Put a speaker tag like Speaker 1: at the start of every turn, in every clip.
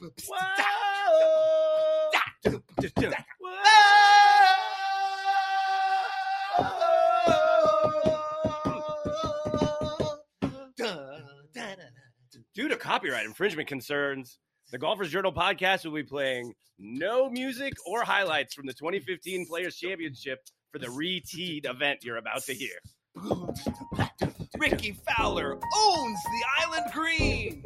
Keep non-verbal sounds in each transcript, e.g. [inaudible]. Speaker 1: Whoa. Whoa. Due to copyright infringement concerns, the Golfers Journal podcast will be playing no music or highlights from the 2015 Players Championship for the reteed event you're about to hear.
Speaker 2: Ricky Fowler owns the Island Green.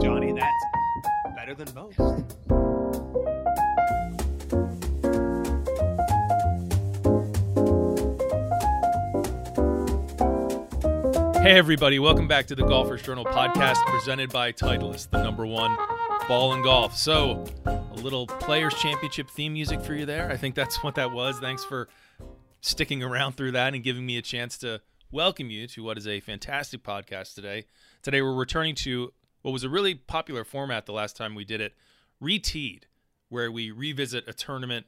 Speaker 2: Johnny, that's better than most.
Speaker 3: Hey, everybody, welcome back to the Golfers Journal podcast presented by Titleist, the number one ball in golf. So, a little Players' Championship theme music for you there. I think that's what that was. Thanks for sticking around through that and giving me a chance to welcome you to what is a fantastic podcast today. Today, we're returning to what was a really popular format the last time we did it, Reteed, where we revisit a tournament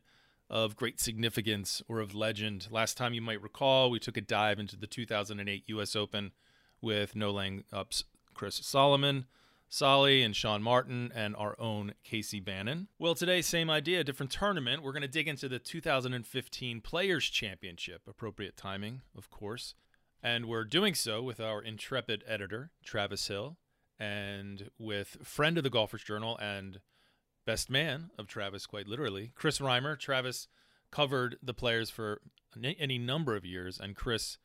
Speaker 3: of great significance or of legend. Last time you might recall, we took a dive into the 2008 U.S. Open with No Lang Ups Chris Solomon, Solly, and Sean Martin, and our own Casey Bannon. Well, today, same idea, different tournament. We're going to dig into the 2015 Players' Championship, appropriate timing, of course. And we're doing so with our intrepid editor, Travis Hill, and with friend of the Golfers Journal and best man of Travis, quite literally, Chris Reimer. Travis covered the players for n- any number of years, and Chris,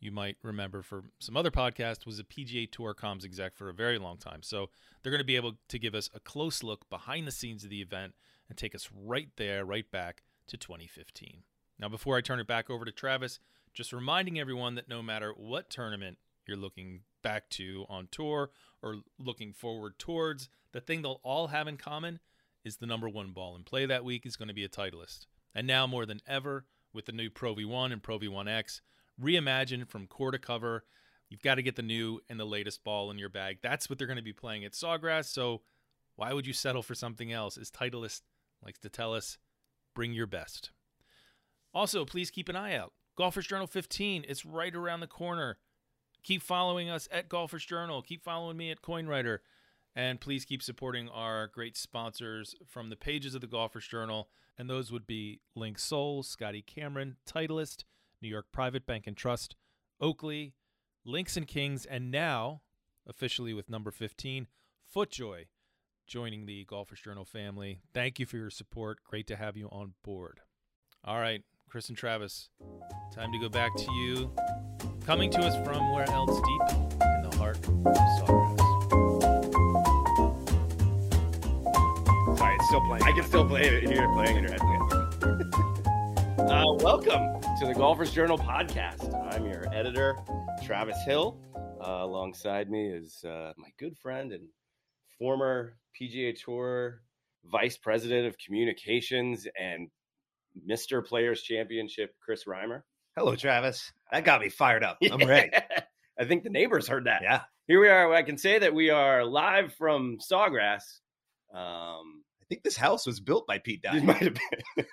Speaker 3: you might remember for some other podcast, was a PGA Tour comms exec for a very long time. So they're going to be able to give us a close look behind the scenes of the event and take us right there, right back to 2015. Now, before I turn it back over to Travis, just reminding everyone that no matter what tournament you're looking back to on tour or looking forward towards, the thing they'll all have in common is the number one ball in play that week is going to be a Titleist. And now more than ever, with the new Pro V1 and Pro V1X, reimagined from core to cover, you've got to get the new and the latest ball in your bag. That's what they're going to be playing at Sawgrass. So why would you settle for something else? As Titleist likes to tell us, bring your best. Also, please keep an eye out. Golfers Journal 15, it's right around the corner. Keep following us at Golfers Journal. Keep following me at CoinWriter. And please keep supporting our great sponsors from the pages of the Golfers Journal. And those would be Link Soul, Scotty Cameron, Titleist, New York Private Bank and Trust, Oakley, Links and Kings, and now, officially with number 15, Footjoy joining the Golfers Journal family. Thank you for your support. Great to have you on board. All right, Chris and Travis, time to go back to you. Coming to us from where else deep in the heart of Sawgrass.
Speaker 1: Sorry, it's still playing. I can still play it. You're playing in your head. [laughs] uh, welcome to the Golfers Journal podcast. I'm your editor, Travis Hill. Uh, alongside me is uh, my good friend and former PGA Tour Vice President of Communications and Mr. Players Championship, Chris Reimer.
Speaker 2: Hello, Travis. That got me fired up.
Speaker 1: [laughs]
Speaker 2: I'm ready.
Speaker 1: I think the neighbors heard that.
Speaker 2: Yeah, I
Speaker 1: Here we are. I can say that we are live from Sawgrass. Um,
Speaker 2: think this house was built by Pete
Speaker 1: It
Speaker 2: Dye.
Speaker 1: might have been.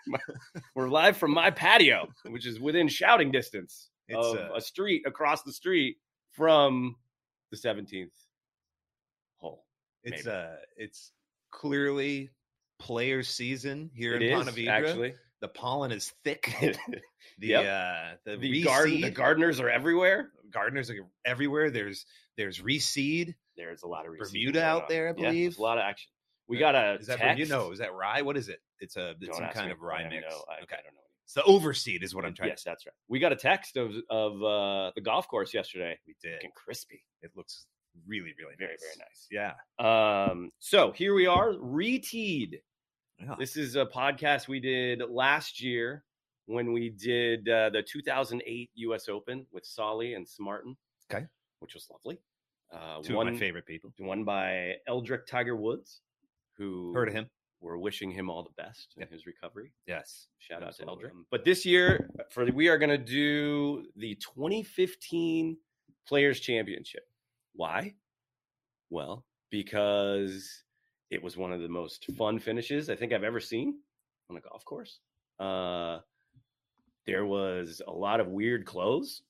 Speaker 1: We're live from my patio, which is within shouting distance
Speaker 2: It's,
Speaker 1: of
Speaker 2: uh,
Speaker 1: a street across the street from the 17th hole.
Speaker 2: It's
Speaker 1: Maybe.
Speaker 2: uh, it's clearly player season here
Speaker 1: It
Speaker 2: in
Speaker 1: is
Speaker 2: Ponte Vedra.
Speaker 1: actually
Speaker 2: The pollen is
Speaker 1: [laughs]
Speaker 2: thick.
Speaker 1: the,
Speaker 2: The uh, the,
Speaker 1: garden. The
Speaker 2: reseed-
Speaker 1: gardeners are everywhere.
Speaker 2: gardeners are everywhere. There's there's reseed.
Speaker 1: There's a lot of reseed
Speaker 2: Bermuda
Speaker 1: going
Speaker 2: out
Speaker 1: on.
Speaker 2: there, I
Speaker 1: Yeah, there's
Speaker 2: believe.
Speaker 1: a lot of action. We
Speaker 2: Yeah.
Speaker 1: got a
Speaker 2: Is that
Speaker 1: text.
Speaker 2: you know? Is that rye? What is it? It's a it's
Speaker 1: Don't
Speaker 2: some
Speaker 1: ask
Speaker 2: kind
Speaker 1: me.
Speaker 2: of rye
Speaker 1: I have
Speaker 2: mix.
Speaker 1: no- I, I
Speaker 2: okay,
Speaker 1: don't know.
Speaker 2: it's the overseed is what I'm trying
Speaker 1: Yes, that's right. We got a text of of uh, the golf course yesterday.
Speaker 2: to. We did.
Speaker 1: Fucking crispy.
Speaker 2: It looks really really
Speaker 1: Very
Speaker 2: nice.
Speaker 1: very nice.
Speaker 2: Yeah.
Speaker 1: Um, so here we are, reteed.
Speaker 2: Yeah.
Speaker 1: This is a podcast we did last year when we did uh, the 2008 U.S. Open with Solly and Smartin.
Speaker 2: Okay.
Speaker 1: which was lovely. Uh,
Speaker 2: Two
Speaker 1: one,
Speaker 2: of my favorite people.
Speaker 1: One by Eldrick Tiger Woods, who
Speaker 2: Heard of him?
Speaker 1: we're wishing him all the best in
Speaker 2: Yeah.
Speaker 1: his recovery.
Speaker 2: Yes.
Speaker 1: Shout out to
Speaker 2: Absolutely.
Speaker 1: Eldrick. But this year, for the, we are going to do the 2015 Players Championship. Why? Well, because it was one of the most fun finishes I think I've ever seen on a golf course. Uh, there was a lot of weird clothes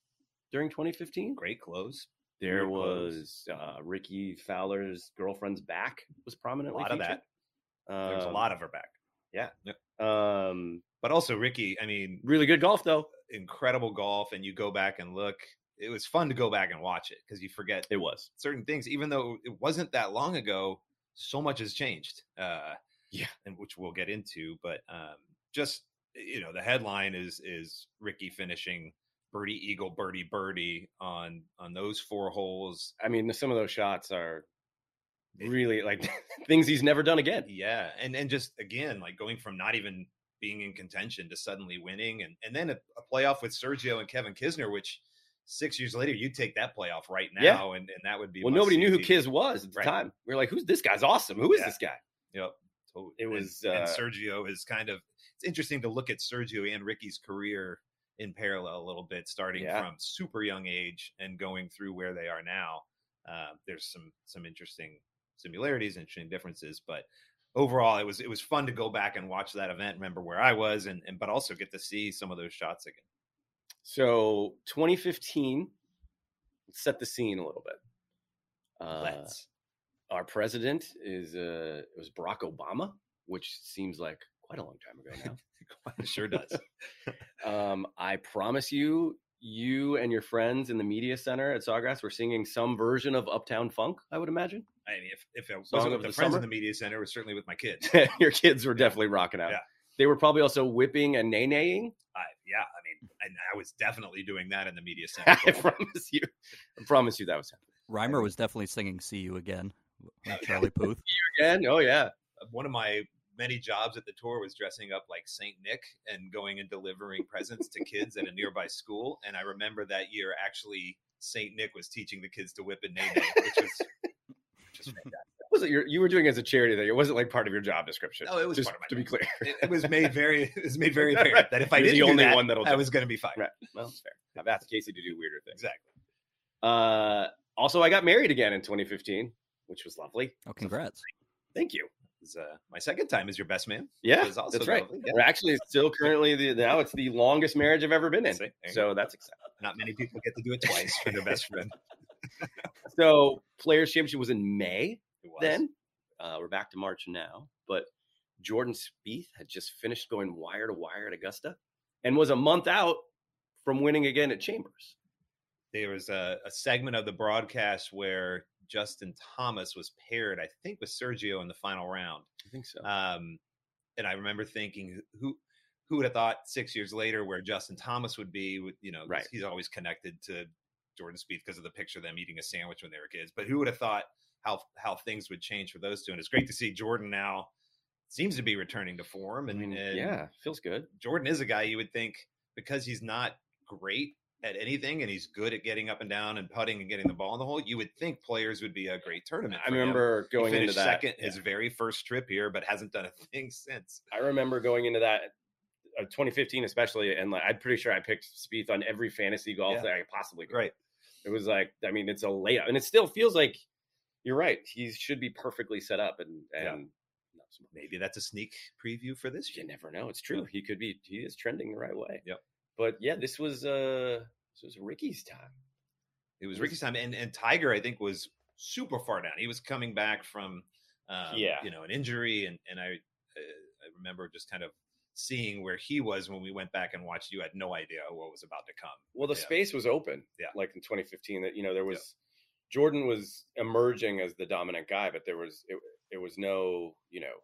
Speaker 1: during 2015.
Speaker 2: Great close.
Speaker 1: There
Speaker 2: Weird
Speaker 1: was
Speaker 2: clothes.
Speaker 1: uh, Ricky Fowler's girlfriend's back was prominently
Speaker 2: lot of that.
Speaker 1: featured.
Speaker 2: There's a
Speaker 1: Um,
Speaker 2: lot of her back.
Speaker 1: Um,
Speaker 2: But also Ricky, I mean,
Speaker 1: really good golf though.
Speaker 2: incredible golf and you go back and look. It was fun to go back and watch it because you forget
Speaker 1: It was.
Speaker 2: certain things, even though it wasn't that long ago, so much has changed. Uh,
Speaker 1: Yeah.
Speaker 2: and which we'll get into, but um, just you know, the headline is is Ricky finishing birdie, eagle, birdie, birdie on on those four holes.
Speaker 1: I mean, some of those shots are
Speaker 2: It-
Speaker 1: really like [laughs] things he's never done again.
Speaker 2: Yeah, and and just again, like going from not even being in contention to suddenly winning, and and then a, a playoff with Sergio and Kevin Kisner, which six years later you take that playoff right now,
Speaker 1: Yeah.
Speaker 2: and and that would be
Speaker 1: Well, nobody knew who
Speaker 2: must-see TV.
Speaker 1: Kiz was at the
Speaker 2: Right.
Speaker 1: time. We were like, "Who's this guy's awesome? Who is
Speaker 2: Yeah.
Speaker 1: this guy?"
Speaker 2: Yep. Totally.
Speaker 1: It
Speaker 2: And-
Speaker 1: was,
Speaker 2: and,
Speaker 1: uh,
Speaker 2: Sergio is kind of it's interesting to look at Sergio and Ricky's career in parallel a little bit, starting
Speaker 1: Yeah.
Speaker 2: from super young age and going through where they are now. Uh, there's some some interesting similarities, interesting differences, but overall it was it was fun to go back and watch that event, remember where I was and, and but also get to see some of those shots again.
Speaker 1: So, 2015 let's set the scene a little bit. Uh,
Speaker 2: Let's
Speaker 1: Our president is uh, it was Barack Obama, which seems like quite a long time ago
Speaker 2: [laughs]
Speaker 1: now.
Speaker 2: It sure does.
Speaker 1: [laughs] Um, I promise you, you and your friends in the media center at Sawgrass were singing some version of Uptown Funk, I would imagine.
Speaker 2: I mean if if it
Speaker 1: Song
Speaker 2: wasn't
Speaker 1: of
Speaker 2: with the,
Speaker 1: the
Speaker 2: friends
Speaker 1: summer?
Speaker 2: in the media center, it was certainly with my kids.
Speaker 1: [laughs] your kids were definitely rocking out.
Speaker 2: Yeah.
Speaker 1: They were probably also whipping and nay-naying. [laughs]
Speaker 2: I, yeah, I mean, and I was definitely doing that in
Speaker 1: [laughs]
Speaker 2: the media center.
Speaker 1: I promise you. I promise you that was happening.
Speaker 4: Reimer was definitely singing "See You Again." with Charlie Puth.
Speaker 1: Again, oh yeah.
Speaker 2: one of my many jobs at the tour was dressing up like Saint Nick and going and delivering presents to kids at a nearby school. And I remember that year actually Saint Nick was teaching the kids to whip and name, which was just
Speaker 1: Was it your, you were doing it as a charity thing? It wasn't like part of your job description.
Speaker 2: No, it was
Speaker 1: Just
Speaker 2: part of my
Speaker 1: to be
Speaker 2: job.
Speaker 1: clear.
Speaker 2: it,
Speaker 1: [laughs]
Speaker 2: it was made very it was made very apparent that if I
Speaker 1: You're
Speaker 2: did
Speaker 1: the
Speaker 2: the
Speaker 1: only
Speaker 2: only
Speaker 1: one
Speaker 2: one
Speaker 1: that'll
Speaker 2: I
Speaker 1: do
Speaker 2: was going to be fired.
Speaker 1: Right. Well, it's fair. I've asked Casey to do weirder things.
Speaker 2: Exactly.
Speaker 1: Uh, also, I got married again in 2015, which was lovely.
Speaker 4: Oh, congrats!
Speaker 1: Thank you.
Speaker 2: It was, uh, my second time as your best man.
Speaker 1: Yeah,
Speaker 2: was also
Speaker 1: that's right.
Speaker 2: lovely, yeah.
Speaker 1: We're actually still currently the, now it's the longest marriage I've ever been in.
Speaker 2: See, there you
Speaker 1: So that's exciting.
Speaker 2: Not many people get to do it twice for their best friend.
Speaker 1: So Players Championship was in May.
Speaker 2: It was.
Speaker 1: then. Uh, we're back to March now, but Jordan Spieth had just finished going wire to wire at Augusta, and was a month out from winning again at Chambers.
Speaker 2: there was a, a segment of the broadcast where Justin Thomas was paired, I think, with Sergio in the final round.
Speaker 1: I think so.
Speaker 2: Um, and I remember thinking, who who would have thought six years later where Justin Thomas would be? With you know, 'cause
Speaker 1: Right.
Speaker 2: he's always connected to Jordan Spieth because of the picture of them eating a sandwich when they were kids. But who would have thought how how things would change for those two? And it's great to see Jordan now seems to be returning to form.
Speaker 1: I
Speaker 2: And,
Speaker 1: mean,
Speaker 2: and
Speaker 1: Mm, yeah, feels good.
Speaker 2: Jordan is a guy you would think because he's not great at anything and he's good at getting up and down and putting and getting the ball in the hole, you would think players would be a great tournament.
Speaker 1: I
Speaker 2: for him.
Speaker 1: remember
Speaker 2: He
Speaker 1: going into
Speaker 2: finished
Speaker 1: that.
Speaker 2: second
Speaker 1: yeah.
Speaker 2: his very first trip here, but hasn't done a [laughs] thing since.
Speaker 1: I remember going into that uh, 2015, especially, and like, I'm pretty sure I picked Spieth on every fantasy golf
Speaker 2: Yeah.
Speaker 1: that I possibly could.
Speaker 2: Right.
Speaker 1: It was like, I mean, it's a layup, and it still feels like you're right. He should be perfectly set up, and
Speaker 2: Yeah.
Speaker 1: and not so much.
Speaker 2: Maybe that's a sneak preview for this
Speaker 1: you
Speaker 2: year.
Speaker 1: never know. It's true. He could be. He is trending the right way.
Speaker 2: Yep.
Speaker 1: But yeah, this was uh this was Ricky's time.
Speaker 2: It was Ricky's time, and and Tiger I think was super far down. He was coming back from, um,
Speaker 1: Yeah.
Speaker 2: you know, an injury, and and I uh, I remember just kind of seeing where he was when we went back and watched. You had no idea what was about to come.
Speaker 1: Well, the
Speaker 2: Yeah.
Speaker 1: space was open.
Speaker 2: Yeah.
Speaker 1: Like in 2015, that you know there
Speaker 2: Yeah.
Speaker 1: was Jordan was emerging as the dominant guy, but there was it, it was no you know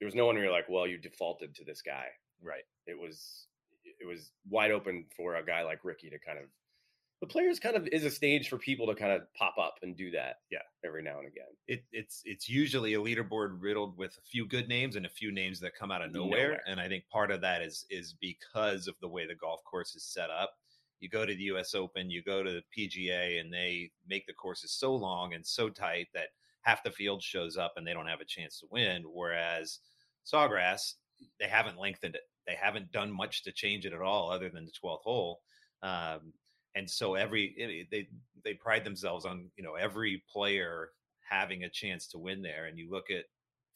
Speaker 1: there was no one where you're like, well, you defaulted to this guy.
Speaker 2: Right.
Speaker 1: It was it was wide open for a guy like Ricky to kind of the players kind of is a stage for people to kind of pop up and do that.
Speaker 2: Yeah.
Speaker 1: Every now and again.
Speaker 2: it, it's it's usually a leaderboard riddled with a few good names and a few names that come out of nowhere.
Speaker 1: Nowhere.
Speaker 2: And I think part of that is is because of the way the golf course is set up. You go to the U.S. Open, you go to the PGA, and they make the courses so long and so tight that half the field shows up and they don't have a chance to win. Whereas Sawgrass, they haven't lengthened it. They haven't done much to change it at all, other than the twelfth hole. Um, and so every it- they they pride themselves on you know every player having a chance to win there. And you look at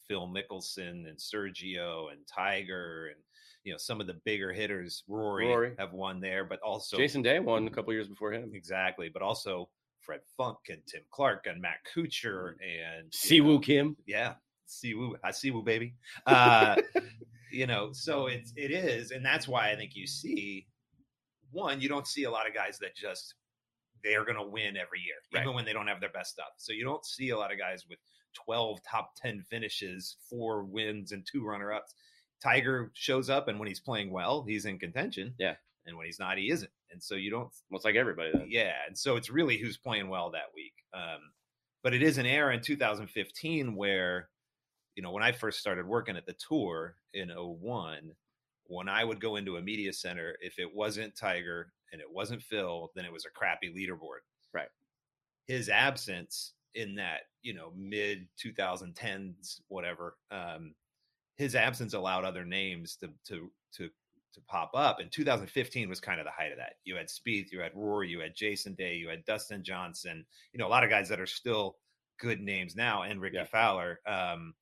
Speaker 2: Phil Mickelson and Sergio and Tiger and you know some of the bigger hitters, Rory,
Speaker 5: Rory.
Speaker 2: have won there, but also
Speaker 5: Jason Day
Speaker 2: Mm-hmm.
Speaker 5: won a couple years before him.
Speaker 2: exactly, but also Fred Funk and Tim Clark and Matt Kuchar and you know,
Speaker 5: Mm-hmm. Siwoo Kim.
Speaker 2: yeah, Siwoo, I Siwoo baby. Uh, [laughs] you know, so it's it is, and that's why I think you see one. You don't see a lot of guys that just they are going to win every year, even when they don't have their best stuff. So you don't see a lot of guys with twelve top ten finishes, four wins, and two runner ups. Tiger shows up, and when he's playing well, he's in contention.
Speaker 5: Yeah.
Speaker 2: and when he's not, he isn't. And so you don't
Speaker 5: Well, it's like everybody then.
Speaker 2: yeah, and so it's really who's playing well that week. Um, but it is an era in 2015 where, you know, when I first started working at the tour in 01, when I would go into a media center, if it wasn't Tiger and it wasn't Phil, then it was a crappy leaderboard.
Speaker 5: Right.
Speaker 2: His absence in that, you know, mid 2010s, whatever, um, his absence allowed other names to to to to pop up. And 2015 was kind of the height of that. You had Spieth, you had Rory, you had Jason Day, you had Dustin Johnson. You know, a lot of guys that are still good names now, and Ricky
Speaker 5: Yeah.
Speaker 2: Fowler. Um,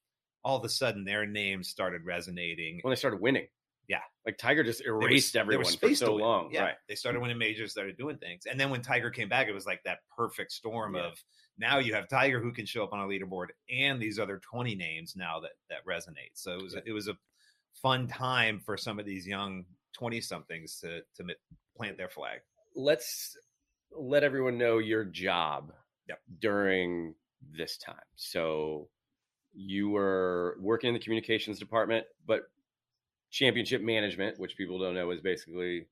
Speaker 2: all of a sudden, their names started resonating.
Speaker 5: When they started winning.
Speaker 2: Yeah.
Speaker 5: Like Tiger just
Speaker 2: There was-
Speaker 5: erased
Speaker 2: there was
Speaker 5: everyone for
Speaker 2: space to
Speaker 5: so
Speaker 2: win.
Speaker 5: long.
Speaker 2: Yeah,
Speaker 5: Right.
Speaker 2: they started winning majors, started doing things, and then when Tiger came back, it was like that perfect storm
Speaker 5: Yeah.
Speaker 2: of now you have Tiger who can show up on a leaderboard, and these other twenty names now that that resonate. So it was a- it was a fun time for some of these young twenty somethings to to mi- plant their flag.
Speaker 5: let's let everyone know your job
Speaker 2: Yep.
Speaker 5: during this time. So you were working in the communications department, but championship management, which people don't know, is basically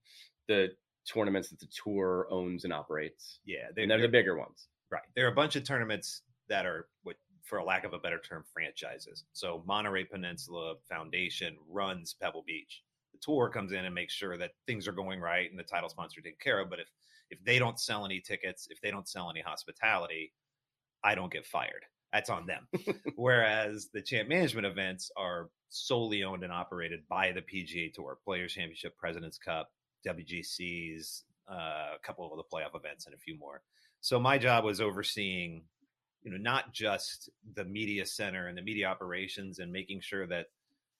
Speaker 5: the tournaments that the tour owns and operates.
Speaker 2: Yeah,
Speaker 5: And they're the bigger ones.
Speaker 2: Right. There are a bunch of tournaments that are what for a lack of a better term franchises. So Monterey Peninsula Foundation runs Pebble Beach. The tour comes in and makes sure that things are going right and the title sponsor taken care of, but if if they don't sell any tickets, if they don't sell any hospitality, I don't get fired. That's on them. Whereas the champ management events are solely owned and operated by the PGA Tour, Players Championship, President's Cup, WGCs, uh, a couple of the playoff events, and a few more. So my job was overseeing, you know, not just the media center and the media operations and making sure that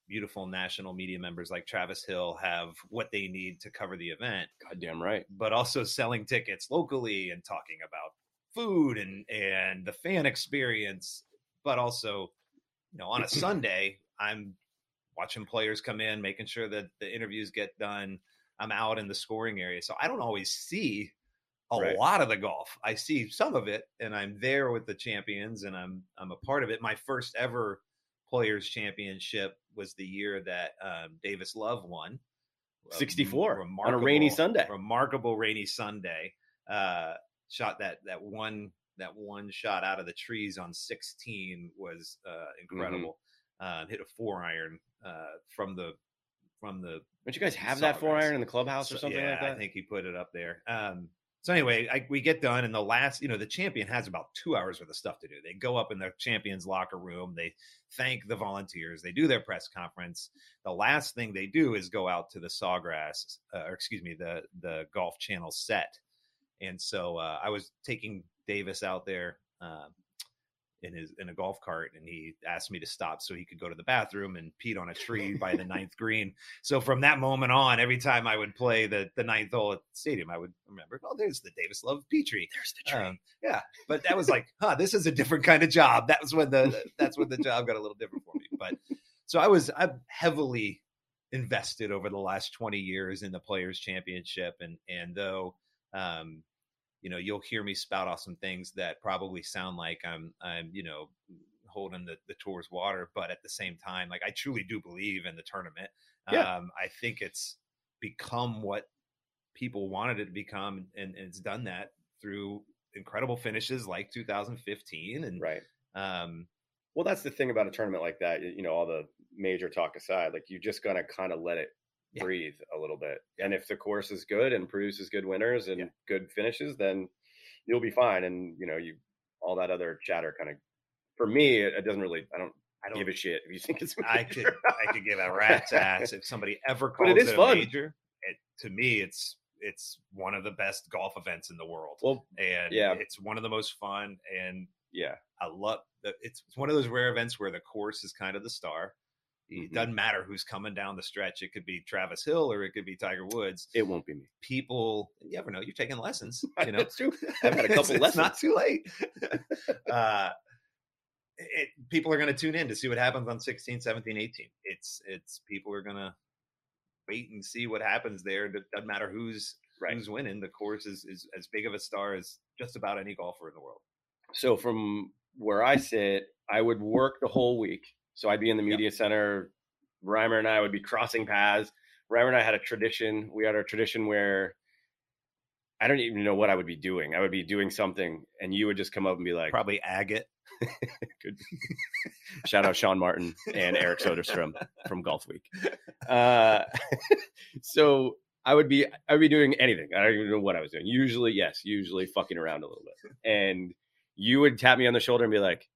Speaker 2: beautiful national media members like Travis Hill have what they need to cover the event,
Speaker 5: Goddamn right.
Speaker 2: but also selling tickets locally and talking about food and and the fan experience but also you know
Speaker 5: [clears throat]
Speaker 2: on a sunday i'm watching players come in making sure that the interviews get done i'm out in the scoring area so i don't always see a
Speaker 5: Right.
Speaker 2: lot of the golf i see some of it and i'm there with the champions and i'm i'm a part of it my first ever players championship was the year that um, davis love won A
Speaker 5: 64 on a rainy
Speaker 2: remarkable-
Speaker 5: Sunday.
Speaker 2: remarkable rainy Sunday. Uh, shot that that one that one shot out of the trees on 16 was uh, incredible. Uh, hit a four iron uh, from the from the
Speaker 5: Don't you guys have that four
Speaker 2: Sawgrass.
Speaker 5: iron in the clubhouse or
Speaker 2: so-
Speaker 5: something
Speaker 2: yeah,
Speaker 5: like that?
Speaker 2: I think he put it up there. Um, so anyway, I, we get done, and the last, you know, the champion has about two hours worth of stuff to do. They go up in the champions locker room, they thank the volunteers, they do their press conference. The last thing they do is go out to the Sawgrass, uh, or excuse me, the the Golf Channel set. And so uh, I was taking Davis out there um, in his in a golf cart, and he asked me to stop so he could go to the bathroom and peed on a tree
Speaker 5: [laughs]
Speaker 2: by the ninth green. So from that moment on, every time I would play the the ninth hole at the stadium, I would remember, oh, there's the Davis Love Petrie.
Speaker 5: There's the
Speaker 2: Um, yeah, but that was like, huh, this is a different kind of job. That was when the that's when the job got a little different for me. But so I was I'm heavily invested over the last 20 years in the Players Championship, and and though, um, you know, you'll hear me spout off some things that probably sound like I'm I'm you know holding the, the tour's water, but at the same time, like I truly do believe in the tournament.
Speaker 5: Yeah.
Speaker 2: Um, I think it's become what people wanted it to become, and, and it's done that through incredible finishes like 2015 and
Speaker 5: Right.
Speaker 2: um
Speaker 1: Well, that's the thing about a tournament like that. You know, all the major talk aside, like you're just gonna kind of let it
Speaker 2: Yeah.
Speaker 1: breathe a little bit. And if the course is good and produces good winners and
Speaker 2: Yeah.
Speaker 1: good finishes, then you'll be fine. And you know, you all that other chatter kind of, for me, it, it doesn't really. I don't
Speaker 2: I don't
Speaker 1: give a shit if you think it's.
Speaker 2: I could I could give a rat's ass if somebody ever
Speaker 1: But
Speaker 2: calls
Speaker 1: it is
Speaker 2: a
Speaker 1: fun.
Speaker 2: major. It, to me, it's it's one of the best golf events in the world,
Speaker 1: well,
Speaker 2: and
Speaker 1: yeah.
Speaker 2: it's one of the most fun. And
Speaker 1: yeah,
Speaker 2: I love the, it's it's one of those rare events where the course is kind of the star. It
Speaker 1: Mhm.
Speaker 2: doesn't matter who's coming down the stretch. It could be Travis Hill or it could be Tiger Woods.
Speaker 1: it won't [laughs] be me.
Speaker 2: People, you ever know, you're taking lessons. You know,
Speaker 1: That's true. I've [laughs] had a couple lessons.
Speaker 2: it's, [laughs] It's not too late. uh, it, people are going to tune in to see what happens on 16, 17, 18. It's it's people are going to wait and see what happens there. It doesn't matter who's
Speaker 1: Right.
Speaker 2: who's winning. The course is is as big of a star as just about any golfer in the world.
Speaker 1: So from where I sit, I would work the whole week. So I'd be in the media center. Reimer and I would be crossing paths. Reimer and I had a tradition. We had a tradition where I don't even know what I would be doing. I would be doing something, and you would just come up and be like,
Speaker 2: Probably agate.
Speaker 1: [laughs] Shout out Sean Martin and Eric Soderstrom from Golf Week. Uh, [laughs] so I would be I would be doing anything. I don't even know what I was doing. Usually, yes, usually fucking around a little bit. And you would tap me on the shoulder and be like,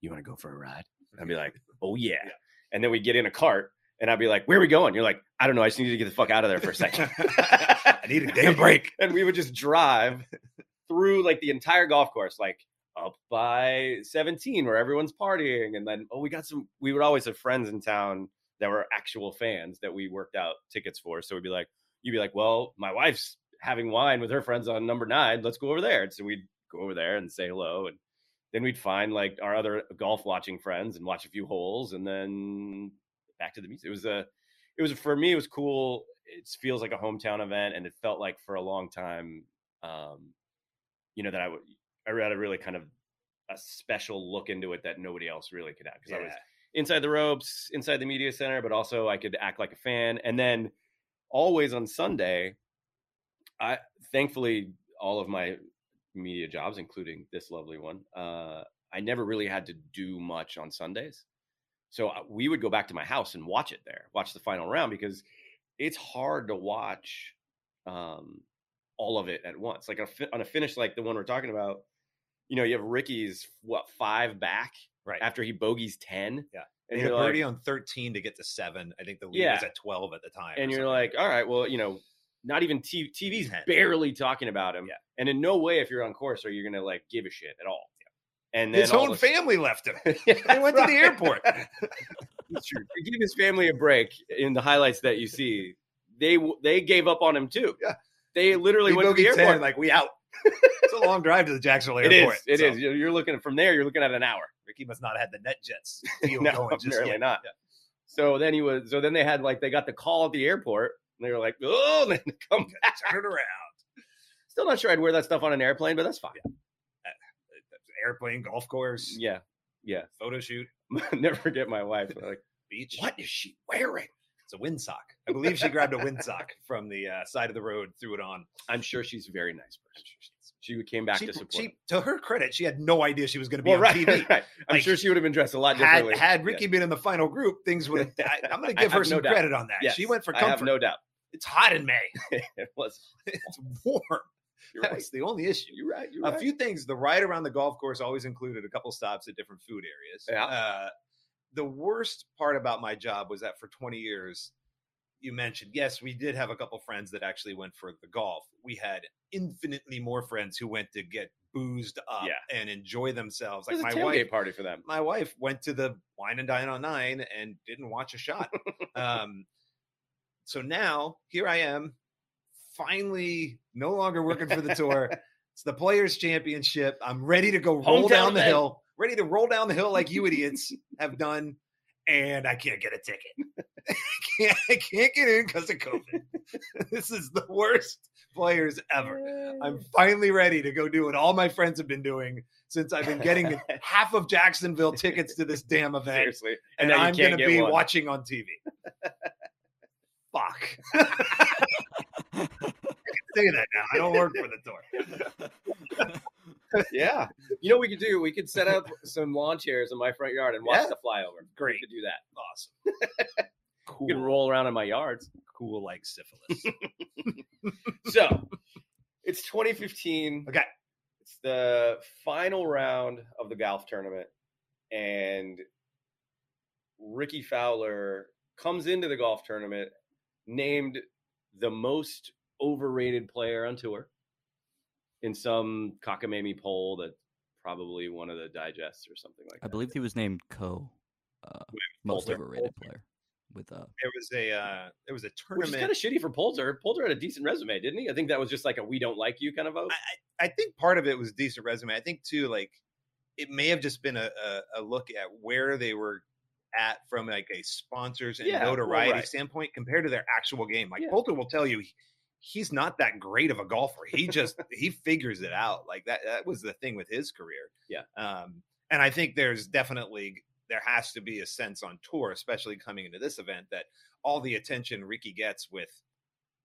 Speaker 1: "You want to go for a ride?" And I'd be like, "Oh yeah."
Speaker 2: Yeah.
Speaker 1: And then we get in a cart, and I'd be like, "Where are we going?" You're like, "I don't know. I just need to get the fuck out of there [laughs] for a
Speaker 2: [laughs]
Speaker 1: second.
Speaker 2: I
Speaker 1: [laughs]
Speaker 2: need a damn break.
Speaker 1: and we would just drive [laughs] through like the entire golf course, like up by 17 where everyone's partying. And then, oh, we got some, we would always have friends in town that were actual fans that we worked out tickets for. So we'd be like, you'd be like, well, my wife's having wine with her friends on number nine. Let's go over there. And so we'd go over there and say hello. And then we'd find like our other golf watching friends and watch a few holes and then back to the music. It was a, it was for me, it was cool. It feels like a hometown event. And it felt like for a long time, um, you know, that I would, I had a really kind of a special look into it that nobody else really could have. Cause I was inside the ropes, inside the media center, but also I could act like a fan. And then always on Sunday, I thankfully all of my media jobs, including this lovely one, uh, I never really had to do much on Sundays. So I- we would go back to my house and watch it there, watch the final round because it's hard to watch um, all of it at once. Like a, fi- on a finish like the one we're talking about, you know, you have Ricky's what five back
Speaker 2: Right.
Speaker 1: after he bogeys ten.
Speaker 2: Yeah.
Speaker 1: and
Speaker 2: they had
Speaker 1: you're like,
Speaker 2: birdie on 13 to get to seven. I think the lead was
Speaker 1: Yeah.
Speaker 2: at 12 at the time.
Speaker 1: and
Speaker 2: or
Speaker 1: you're
Speaker 2: something.
Speaker 1: like, all right, well, you know, not even T- TV's
Speaker 2: Ten.
Speaker 1: barely talking about him.
Speaker 2: Yeah.
Speaker 1: And in no way, if you're on course, are you gonna like give a shit at all. And then
Speaker 2: his
Speaker 1: all
Speaker 2: own
Speaker 1: of a-
Speaker 2: family
Speaker 1: [laughs]
Speaker 2: left him.
Speaker 1: Yeah,
Speaker 2: [laughs] They went to the
Speaker 1: right.
Speaker 2: airport.
Speaker 1: It's true. To give his family a break in the highlights that you see, they w- they gave up on him too.
Speaker 2: Yeah.
Speaker 1: They literally
Speaker 2: We
Speaker 1: went to the
Speaker 2: bogeyed 10,
Speaker 1: airport.
Speaker 2: like we out. [laughs] it's a long drive to the Jacksonville
Speaker 1: It
Speaker 2: airport.
Speaker 1: is. It
Speaker 2: so
Speaker 1: is. You're You're looking from there. You're looking at an hour.
Speaker 2: Ricky must not have had the net
Speaker 1: [laughs]
Speaker 2: jets feel
Speaker 1: No,
Speaker 2: going just
Speaker 1: apparently
Speaker 2: yet.
Speaker 1: not. So then he was. So then they had like they got the call at the airport. And they were like, oh, [laughs] and then come back.
Speaker 2: Turn it around.
Speaker 1: Still not sure I'd wear that stuff on an airplane, but that's fine.
Speaker 2: Airplane, golf course,
Speaker 1: Yeah. Yeah.
Speaker 2: photo shoot,
Speaker 1: [laughs] never forget my wife. Like,
Speaker 2: beach.
Speaker 1: what is she wearing?
Speaker 2: It's a windsock. I believe she grabbed a windsock [laughs] from the uh, side of the road, threw it on.
Speaker 1: I'm sure she's a very nice person. She came back
Speaker 2: She,
Speaker 1: to support.
Speaker 2: she-
Speaker 1: him.
Speaker 2: to her credit, she had no idea she was going to be
Speaker 1: well,
Speaker 2: on
Speaker 1: right, [laughs]
Speaker 2: TV.
Speaker 1: right. I'm
Speaker 2: Like,
Speaker 1: sure she would have been dressed a lot
Speaker 2: Had,
Speaker 1: differently.
Speaker 2: had Ricky been in the final group, things would have. I- I'm going
Speaker 1: [laughs]
Speaker 2: to
Speaker 1: I
Speaker 2: give her
Speaker 1: have no
Speaker 2: some
Speaker 1: doubt.
Speaker 2: credit on that.
Speaker 1: Yes,
Speaker 2: She went for
Speaker 1: I have
Speaker 2: comfort.
Speaker 1: no doubt. [laughs]
Speaker 2: it's hot in May. [laughs]
Speaker 1: It was.
Speaker 2: It's warm.
Speaker 1: You're
Speaker 2: That's
Speaker 1: right.
Speaker 2: the only issue.
Speaker 1: You're right. You're
Speaker 2: a
Speaker 1: right.
Speaker 2: few things. The ride around the golf course always included a couple stops at different food areas.
Speaker 1: Yeah.
Speaker 2: Uh, the worst part about my job was that for 20 years, you mentioned, yes, we did have a couple friends that actually went for the golf. We had infinitely more friends who went to get boozed up
Speaker 1: Yeah.
Speaker 2: and enjoy themselves.
Speaker 1: It
Speaker 2: Like
Speaker 1: was
Speaker 2: my
Speaker 1: a tailgate
Speaker 2: wife,
Speaker 1: party for
Speaker 2: [laughs]
Speaker 1: them.
Speaker 2: my wife went to the wine and dine on nine and didn't watch a shot. um, so now here I am, finally no longer working for the tour. it's the Players Championship. I'm ready to go roll
Speaker 1: Hometown
Speaker 2: down the
Speaker 1: event.
Speaker 2: hill, ready to roll down the hill like you idiots have done, and I can't get a ticket. [laughs] I can't, I can't get in because of COVID. [laughs] this is the worst players ever. I'm finally ready to go do what all my friends have been doing since I've been
Speaker 1: [laughs]
Speaker 2: getting half of Jacksonville tickets to this damn event,
Speaker 1: Seriously.
Speaker 2: and,
Speaker 1: now you
Speaker 2: I'm
Speaker 1: can't
Speaker 2: going to
Speaker 1: get
Speaker 2: be
Speaker 1: one.
Speaker 2: watching on TV. Fuck. [laughs] Say that now. I don't work for the tour.
Speaker 1: [laughs] Yeah. You know what we could do? We could set
Speaker 2: [laughs]
Speaker 1: up some lawn chairs in my front yard and watch
Speaker 2: Yeah.
Speaker 1: the flyover.
Speaker 2: Great.
Speaker 1: We could do that.
Speaker 2: Awesome.
Speaker 1: We could roll around in my yards.
Speaker 2: Cool like [laughs] syphilis.
Speaker 1: [laughs] So it's 2015.
Speaker 2: Okay.
Speaker 1: It's the final round of the golf tournament. And Ricky Fowler comes into the golf tournament named the most overrated player on tour in some cockamamie poll that probably one of the digests or something like
Speaker 4: I
Speaker 1: that.
Speaker 4: believe he was named co uh, most
Speaker 2: Poulter.
Speaker 4: overrated player with uh
Speaker 2: There was a uh, there was a
Speaker 1: Which is kind
Speaker 2: tournament.
Speaker 1: of shitty for Poulter. Poulter had a decent resume, didn't he? I think that was just like a we don't like you kind of vote.
Speaker 2: I, I I think part of it was decent resume. I think too, like it may have just been a, a, a look at where they were at from like a sponsors and
Speaker 1: Yeah, well,
Speaker 2: notoriety
Speaker 1: right.
Speaker 2: standpoint compared to their actual game. Like
Speaker 1: Yeah.
Speaker 2: Poulter will tell you, he- he's not that great of a golfer. He just he figures it out. Like that that was the thing with his career.
Speaker 1: Yeah.
Speaker 2: Um, and I think there's definitely there has to be a sense on tour, especially coming into this event, that all the attention Ricky gets with.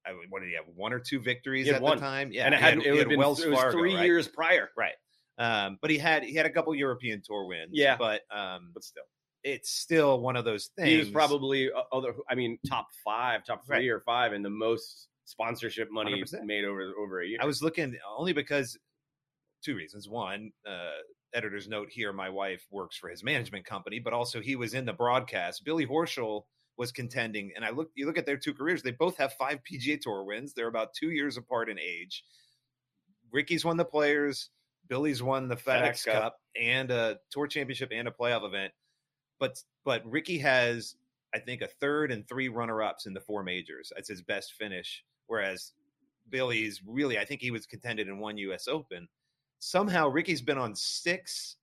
Speaker 2: I mean, what did he have? One or two victories
Speaker 1: He had
Speaker 2: at
Speaker 1: one.
Speaker 2: the time. Yeah,
Speaker 1: and it
Speaker 2: he
Speaker 1: had,
Speaker 2: he
Speaker 1: it, would have been, it was three
Speaker 2: right?
Speaker 1: years prior.
Speaker 2: Right. Um, but he had he had a couple European tour wins.
Speaker 1: Yeah.
Speaker 2: but um,
Speaker 1: But still,
Speaker 2: it's still one of those things.
Speaker 1: he was probably uh, other. I mean, top five, top three
Speaker 2: Right.
Speaker 1: or five, and the most sponsorship money
Speaker 2: 100%.
Speaker 1: made over over a year.
Speaker 2: I was looking only because two reasons. One, uh, editor's note here: my wife works for his management company, but also he was in the broadcast. Billy Horschel was contending, and I look. You look at their two careers; they both have five PGA Tour wins. They're about two years apart in age. Ricky's won the Players. Billy's won the FedEx,
Speaker 1: FedEx
Speaker 2: Cup,
Speaker 1: Cup.
Speaker 2: and a tour championship and a playoff event. But but Ricky has, I think, a third and three runner ups in the four majors. That's his best finish. Whereas Billy's really, I think he was contended in one U.S. Open. Somehow Ricky's been on six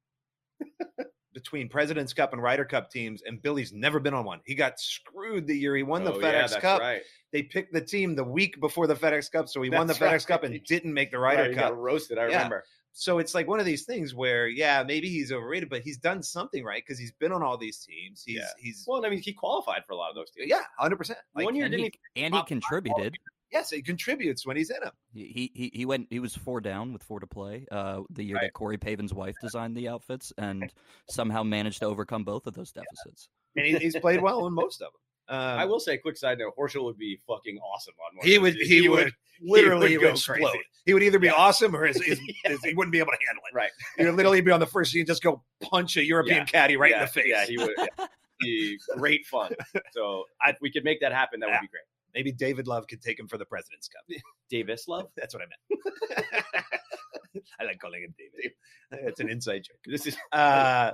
Speaker 2: [laughs] between President's Cup and Ryder Cup teams, and Billy's never been on one. He got screwed the year he won the
Speaker 1: Oh,
Speaker 2: FedEx
Speaker 1: yeah, that's
Speaker 2: Cup
Speaker 1: Right.
Speaker 2: they picked the team the week before the FedEx Cup, so he won the
Speaker 1: That's
Speaker 2: FedEx
Speaker 1: right.
Speaker 2: Cup and didn't make the
Speaker 1: Right,
Speaker 2: Ryder
Speaker 1: he
Speaker 2: Cup.
Speaker 1: got roasted. I
Speaker 2: Yeah.
Speaker 1: remember.
Speaker 2: So it's like one of these things where, yeah, maybe he's overrated, but he's done something right because he's been on all these teams. He's
Speaker 1: Yeah.
Speaker 2: he's
Speaker 1: Well, and I mean, he qualified for a lot of those teams.
Speaker 2: yeah, hundred percent. Like
Speaker 1: one year
Speaker 4: and
Speaker 1: didn't
Speaker 4: he,
Speaker 1: he?
Speaker 4: and he
Speaker 2: top
Speaker 4: contributed.
Speaker 2: yes, he contributes when he's in them.
Speaker 4: He, he he went. He was four down with four to play. Uh, the year that Corey Pavin's wife designed the outfits and somehow managed to overcome both of those deficits.
Speaker 2: and he, he's
Speaker 1: [laughs]
Speaker 2: played well in most of them. Um,
Speaker 1: I will say, quick side note: Horschel would be fucking awesome on one.
Speaker 2: He
Speaker 1: of those
Speaker 2: would.
Speaker 1: teams.
Speaker 2: He, would, literally
Speaker 1: would go
Speaker 2: explode.
Speaker 1: crazy.
Speaker 2: He would either be
Speaker 1: Yeah.
Speaker 2: awesome or
Speaker 1: [laughs]
Speaker 2: his, his, his- he wouldn't be able to handle it.
Speaker 1: Right.
Speaker 2: He would literally be on the first tee and just go punch a European
Speaker 1: Yeah.
Speaker 2: caddy right
Speaker 1: yeah,
Speaker 2: in the face.
Speaker 1: Yeah, he would. yeah. Be great
Speaker 2: [laughs]
Speaker 1: fun. So I, if we could make that happen, that would be great.
Speaker 2: Maybe David Love could take him for the President's Cup.
Speaker 1: [laughs] Davis love.
Speaker 2: [laughs] That's what I meant. [laughs] I like calling him David. It's an inside joke.
Speaker 1: This is
Speaker 2: [laughs] Uh,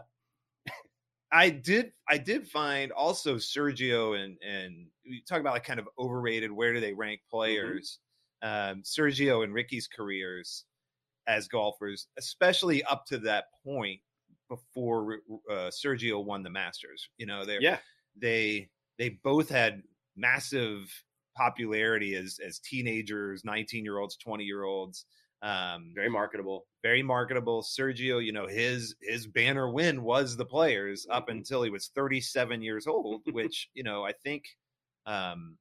Speaker 2: I did. I did find also Sergio and and you talk about like kind of overrated. Where do they rank
Speaker 1: Mm-hmm.
Speaker 2: players? Um, Sergio and Ricky's careers as golfers, especially up to that point before uh, Sergio won the Masters. You know, they're
Speaker 1: yeah.
Speaker 2: they they both had massive popularity as as teenagers 19 year olds 20 year olds um
Speaker 1: Very marketable.
Speaker 2: very marketable sergio you know his his banner win was the players up
Speaker 1: Mhm.
Speaker 2: until he was 37
Speaker 1: [laughs]
Speaker 2: years old which you know i think um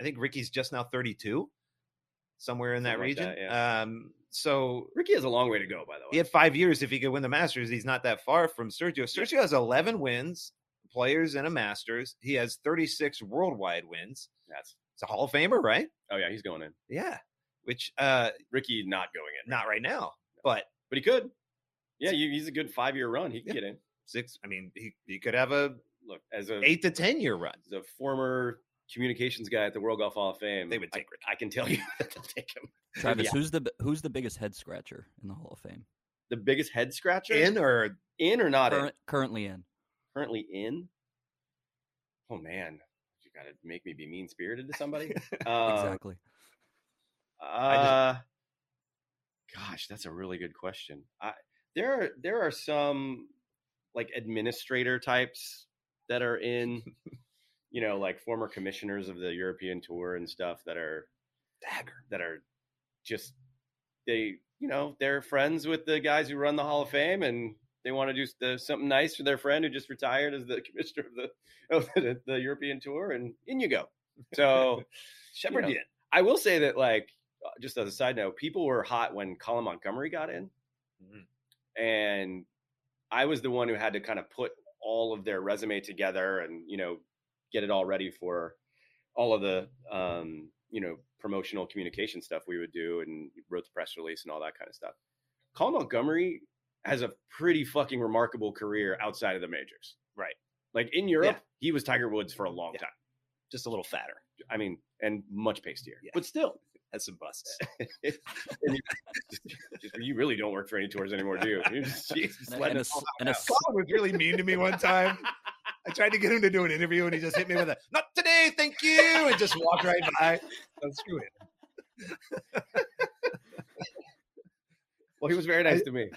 Speaker 2: i think ricky's just now 32 somewhere in that
Speaker 1: Something like
Speaker 2: region
Speaker 1: that,
Speaker 2: um so
Speaker 1: Ricky has a long way to go, by the way.
Speaker 2: he had five years if he could win the Masters. He's not that far from Sergio. Sergio has 11 wins, players and a Masters. He has 36 worldwide wins.
Speaker 1: That's
Speaker 2: It's a Hall of Famer, right?
Speaker 1: oh yeah, he's going in.
Speaker 2: Yeah. Which, uh,
Speaker 1: Ricky not going in,
Speaker 2: not right now, but
Speaker 1: but he could. Yeah, you, he's a good five year run. He can
Speaker 2: Yeah.
Speaker 1: get in.
Speaker 2: six, I mean, he, he could have a
Speaker 1: Look, as a
Speaker 2: eight to 10 year run. [laughs]
Speaker 1: as a former communications guy at the World Golf Hall of Fame,
Speaker 2: They would
Speaker 1: I-
Speaker 2: take Ricky.
Speaker 1: I, can tell you [laughs] that they'll take him.
Speaker 4: Travis,
Speaker 1: Yeah.
Speaker 4: who's the b- who's the biggest head scratcher in the Hall of Fame?
Speaker 1: The biggest head scratcher
Speaker 2: In or
Speaker 1: in or not in?
Speaker 4: Current, currently in.
Speaker 1: currently in. Oh man, you gotta make me be mean spirited to
Speaker 2: [laughs]
Speaker 1: somebody. Um,
Speaker 4: Exactly.
Speaker 1: Uh, gosh, that's a really good question. I, there are there are some like administrator types that are in, you know, like former commissioners of the European Tour and stuff that are
Speaker 2: dagger.
Speaker 1: that are just they you know they're friends with the guys who run the Hall of Fame and they want to do s- the, something nice for their friend who just retired as the [laughs] commissioner of the of the, the European Tour and in you go. So
Speaker 2: Shepard
Speaker 1: you know, I will say that like uh, just as a side note, people were hot when Colin Montgomery got in,
Speaker 2: Mhm.
Speaker 1: and I was the one who had to kind of put all of their resume together and you know get it all ready for all of the um, you know promotional communication stuff we would do and wrote the press release and all that kind of stuff. Colin Montgomery has a pretty fucking remarkable career outside of the majors.
Speaker 2: Right.
Speaker 1: Like in Europe, he was Tiger Woods for a long time.
Speaker 5: Just a little fatter.
Speaker 1: I mean, and much pastier.
Speaker 5: Yeah.
Speaker 1: But still,
Speaker 5: Has some
Speaker 2: [laughs]
Speaker 5: busts.
Speaker 1: just- [laughs] you really don't work for any tours anymore, do you? You're
Speaker 2: [laughs]
Speaker 1: just- Jesus,
Speaker 4: And, a-
Speaker 1: let
Speaker 4: and a
Speaker 1: it
Speaker 4: s-
Speaker 1: all
Speaker 4: and a
Speaker 1: out.
Speaker 4: s-
Speaker 2: Colin was really mean to me one time. I tried to get him to do an interview, and he just hit me with a "Not today, thank you," and just walked right by. So screw it.
Speaker 1: Well, he was very nice to me.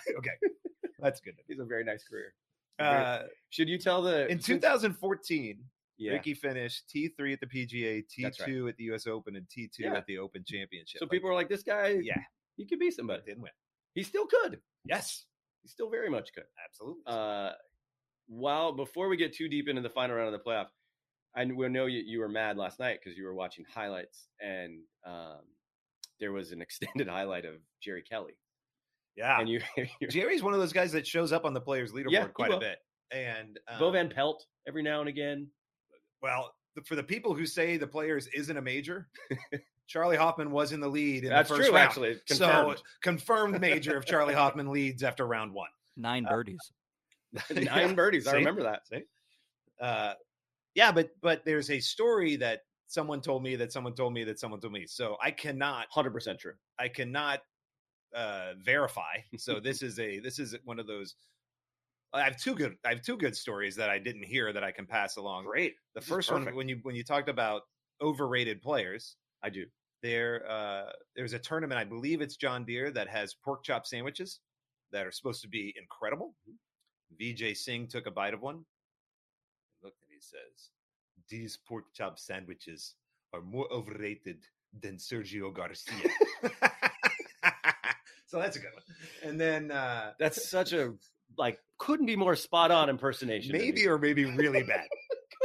Speaker 2: That's good.
Speaker 1: He's a very nice career.
Speaker 2: Uh,
Speaker 1: Should you tell the
Speaker 2: in
Speaker 1: since-
Speaker 2: 2014,
Speaker 1: Yeah.
Speaker 2: Ricky finished T3 at the PGA,
Speaker 1: That's
Speaker 2: T2 at the U.S. Open, and T2
Speaker 1: Yeah.
Speaker 2: at the Open Championship.
Speaker 1: So people are like, this guy,
Speaker 2: yeah,
Speaker 1: he could be
Speaker 2: but
Speaker 1: somebody.
Speaker 2: didn't win.
Speaker 1: He still could.
Speaker 2: Yes,
Speaker 1: He still very much could.
Speaker 2: absolutely.
Speaker 1: Uh, while before we get too deep into the final round of the playoff, I kn- we know you, you were mad last night because you were watching highlights and um, there was an [laughs] extended highlight of Jerry Kelly.
Speaker 2: yeah,
Speaker 1: And you, [laughs] you
Speaker 2: Jerry's one of those guys that shows up on the players' leaderboard
Speaker 1: Yeah, he
Speaker 2: quite a
Speaker 1: will.
Speaker 2: bit. And um,
Speaker 1: Bo Van Pelt every now and again.
Speaker 2: well, th- for the people who say the players isn't a major, [laughs] Charlie Hoffman was in the lead in
Speaker 1: That's
Speaker 2: the first
Speaker 1: true,
Speaker 2: round.
Speaker 1: actually.
Speaker 2: So [laughs]
Speaker 1: Confirmed. [laughs]
Speaker 2: confirmed major if Charlie Hoffman leads after round one.
Speaker 4: Nine birdies.
Speaker 1: [laughs] Nine birdies. I
Speaker 2: See?
Speaker 1: remember that.
Speaker 2: Uh, yeah, but but there's a story that someone told me that someone told me that someone told me. So I cannot
Speaker 1: 100% true.
Speaker 2: I cannot uh, verify. So this is a this is one of those. I have two good I have two good stories that I didn't hear that I can pass along.
Speaker 1: Great.
Speaker 2: The
Speaker 1: This is
Speaker 2: first one
Speaker 1: perfect.
Speaker 2: when you when you talked about overrated players,
Speaker 1: I do.
Speaker 2: there uh, there's a tournament I believe it's John Deere that has pork chop sandwiches that are supposed to be incredible.
Speaker 1: Mm-hmm.
Speaker 2: VJ Singh took a bite of one. Looked and he says, "These pork chop sandwiches are more overrated than Sergio
Speaker 1: [laughs]
Speaker 2: Garcia." so that's a good one. And then uh,
Speaker 1: That's such a, like, couldn't be more spot on impersonation. than
Speaker 2: maybe
Speaker 1: you.
Speaker 2: or maybe really bad.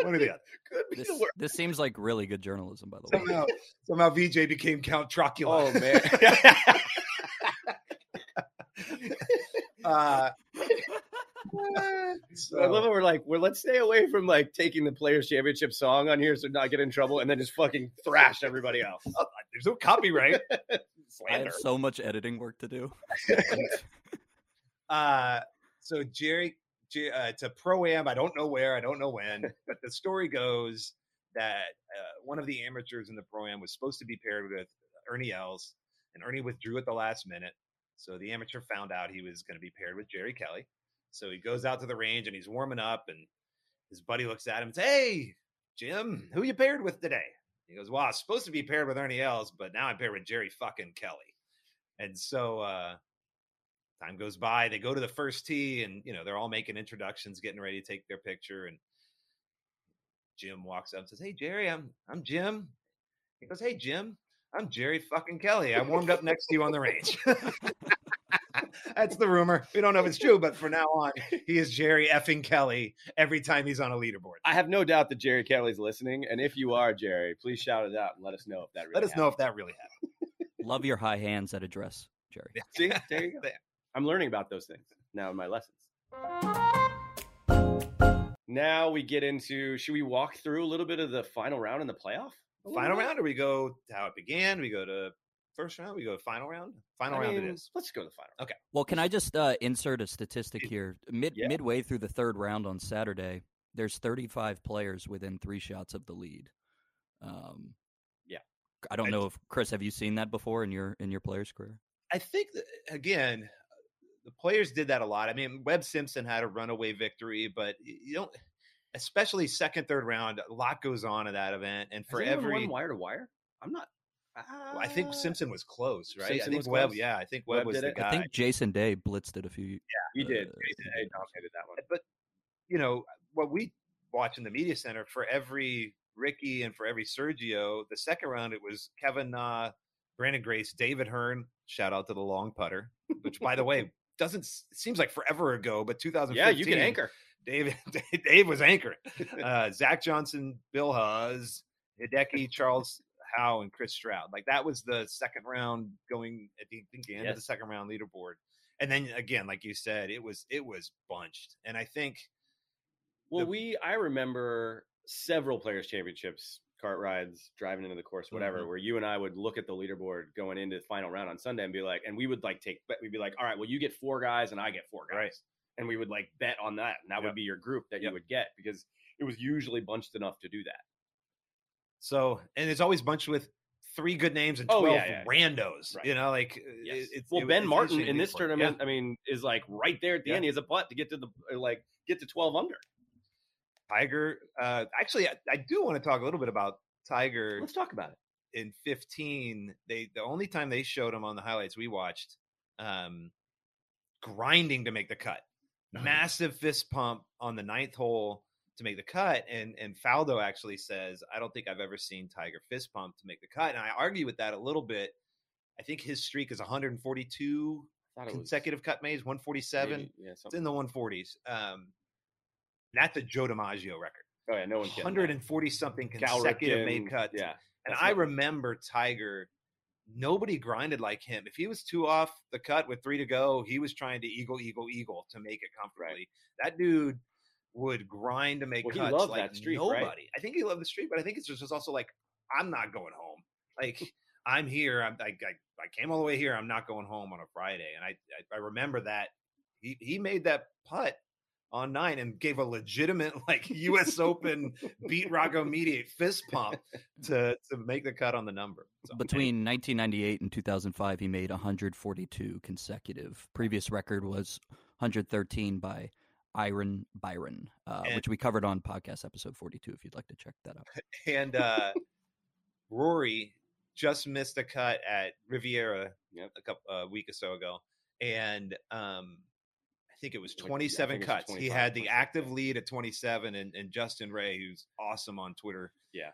Speaker 2: one
Speaker 1: [laughs]
Speaker 2: or the other.
Speaker 1: could be
Speaker 4: This,
Speaker 1: the worst.
Speaker 4: this seems like really good journalism, by the way.
Speaker 2: Somehow, somehow VJ became Count Dracula.
Speaker 1: Oh,
Speaker 2: [laughs]
Speaker 1: man.
Speaker 2: uh,
Speaker 1: I love
Speaker 2: so,
Speaker 1: it. We're like, well, let's stay away from like taking the Players Championship song on here, so not get in trouble, and then just fucking thrash everybody else.
Speaker 2: there's no copyright.
Speaker 4: I have so much editing work
Speaker 1: [laughs]
Speaker 4: to do. [laughs]
Speaker 2: Uh, so Jerry, Jer- uh, it's a pro am. I don't know where. I don't know when. But the story goes that uh, one of the amateurs in the pro am was supposed to be paired with Ernie Els, and Ernie withdrew at the last minute. So the amateur found out he was going to be paired with Jerry Kelly. So he goes out to the range and he's warming up, and his buddy looks at him and says, "Hey, Jim, who you paired with today?" He goes, "Well, I was supposed to be paired with Ernie Els, but now I'm paired with Jerry fucking Kelly." And so uh, time goes by. They go to the first tee, and you know they're all making introductions, getting ready to take their picture. And Jim walks up and says, "Hey Jerry, I'm I'm Jim." He goes, "Hey Jim, I'm Jerry fucking Kelly. I warmed up next to you on the range." [laughs] That's the rumor. We don't know if it's true, but for now on, he is Jerry effing Kelly every time he's on a leaderboard.
Speaker 1: I have no doubt that Jerry Kelly's listening, and if you are Jerry, please shout it out and let us know if that. Really
Speaker 2: Let us know if that really happened.
Speaker 4: Love your high hands at address, Jerry.
Speaker 2: [laughs]
Speaker 1: happened. See, there you go. I'm learning about those things now in my lessons. Now we get into. Should we walk through a little bit of the final round in the playoff? A little
Speaker 2: Final
Speaker 1: bit?
Speaker 2: round, or we go to how it began. We go to first round. We go to final round. Final
Speaker 1: I
Speaker 2: round
Speaker 1: mean,
Speaker 2: it is.
Speaker 1: Let's go to the final. round.
Speaker 4: Well, can I just uh, insert a statistic here? Mid
Speaker 1: Yeah.
Speaker 4: midway through the third round on Saturday, there's 35 players within three shots of the lead. Um,
Speaker 1: Yeah.
Speaker 4: I don't
Speaker 2: I-
Speaker 4: know if Chris, have you seen that before in your in your player's career?
Speaker 2: I think that, again, the players did that a lot. I mean, Webb Simpson had a runaway victory, but y- you don't, especially second, third round, a lot goes on in that event. And
Speaker 1: Has
Speaker 2: for
Speaker 1: anyone
Speaker 2: every,
Speaker 1: won wire to wire, I'm not.
Speaker 2: Well, I think
Speaker 1: Ah.
Speaker 2: Simpson was close, right?
Speaker 1: Simpson
Speaker 2: I
Speaker 1: was
Speaker 2: think Webb,
Speaker 1: close?
Speaker 2: yeah, I think
Speaker 1: Webb
Speaker 2: Webb was
Speaker 1: did
Speaker 2: the
Speaker 1: it?
Speaker 2: guy.
Speaker 4: I think Jason Day blitzed it a few.
Speaker 1: We did.
Speaker 4: Uh,
Speaker 1: They dominated that one.
Speaker 2: but you know what we watch in the media center for every Ricky and for every Sergio, the second round it was Kevin Na, Brandon Grace, David Hearn. Shout out to the long putter, which by
Speaker 1: [laughs]
Speaker 2: the way doesn't s- it seems like forever ago, but 2015.
Speaker 1: Yeah, you can anchor.
Speaker 2: Dave, [laughs] Dave was
Speaker 1: [laughs]
Speaker 2: anchoring. Uh, Zach Johnson, Bill Hawes, Hideki, Charles Howe, and Chris Stroud. Like that was the second round going at the, I think the end of the
Speaker 1: Yes.
Speaker 2: second round leaderboard. And then again, like you said, it was it was bunched. And I think
Speaker 1: Well,
Speaker 2: the-
Speaker 1: we I remember several players championships, cart rides, driving into the course, whatever,
Speaker 2: Mm-hmm.
Speaker 1: where you and I would look at the leaderboard going into the final round on Sunday and be like, and we would like take bet. We'd be like, all right, well, you get four guys and I get four guys,
Speaker 2: Right.
Speaker 1: and we would like bet on that, and that
Speaker 2: Yep.
Speaker 1: would be your group that
Speaker 2: Yep.
Speaker 1: you would get because it was usually bunched enough to do that.
Speaker 2: So, and it's always bunched with three good names and
Speaker 1: Oh,
Speaker 2: 12
Speaker 1: yeah, yeah.
Speaker 2: randos.
Speaker 1: Right.
Speaker 2: You know, like
Speaker 1: Yes.
Speaker 2: it- it's
Speaker 1: well,
Speaker 2: it-
Speaker 1: Ben
Speaker 2: it's
Speaker 1: Martin
Speaker 2: interesting
Speaker 1: in
Speaker 2: to
Speaker 1: this
Speaker 2: look at.
Speaker 1: tournament, I mean, is like right there at the
Speaker 2: Yeah.
Speaker 1: end. He has a putt to get to the uh, like get to twelve under.
Speaker 2: Yeah. Tiger. Uh, actually, I, I do want to talk a little bit about Tiger
Speaker 1: Let's talk about it.
Speaker 2: in 15. They the only time they showed him on the highlights we watched, um, grinding to make the cut. massive fist pump on the ninth hole to make the cut. And and Faldo actually says, I don't think I've ever seen Tiger fist pump to make the cut. And I argue with that a little bit. I think his streak is 142
Speaker 1: Thought it was
Speaker 2: consecutive cut mates, 147.
Speaker 1: maybe- Yeah,
Speaker 2: It's
Speaker 1: something.
Speaker 2: in the 140s. Um, that's a Joe DiMaggio record.
Speaker 1: Oh yeah, no one's getting that.
Speaker 2: 140 something
Speaker 1: Cal
Speaker 2: consecutive
Speaker 1: Ripken,
Speaker 2: made cuts.
Speaker 1: Yeah,
Speaker 2: And
Speaker 1: That's
Speaker 2: I
Speaker 1: what-
Speaker 2: remember Tiger. Nobody grinded like him. If he was two off the cut with three to go, he was trying to eagle, eagle, eagle to make it comfortably. That dude would grind to make
Speaker 1: Well, he
Speaker 2: cuts
Speaker 1: loved
Speaker 2: like
Speaker 1: that streak, right?
Speaker 2: nobody. I think he loved the streak, but I think it's just it's also like I'm not going home.
Speaker 1: [laughs]
Speaker 2: Like I'm here. I'm, I, I I came all the way here. I'm not going home on a Friday. And I I, I remember that he he made that putt on nine and gave a legitimate [laughs] like U.S. Open beat Rocco Mediate fist pump to to make the cut on the number. So,
Speaker 4: Between 1998 and 2005, he made 142 consecutive. Previous record was 113 by Iron Byron, uh,
Speaker 2: And-
Speaker 4: which we covered on podcast episode 42. If you'd like to check that out,
Speaker 2: and uh, Rory just missed a cut at Riviera
Speaker 1: Yep.
Speaker 2: a couple a week or so ago, and um, I think it was
Speaker 1: Like, yeah, I
Speaker 2: 27
Speaker 1: think it was
Speaker 2: cuts. He
Speaker 1: 25,
Speaker 2: had the
Speaker 1: 27,
Speaker 2: active
Speaker 1: yeah.
Speaker 2: lead at 27, and, and Justin Ray, who's awesome on Twitter,
Speaker 1: Yeah.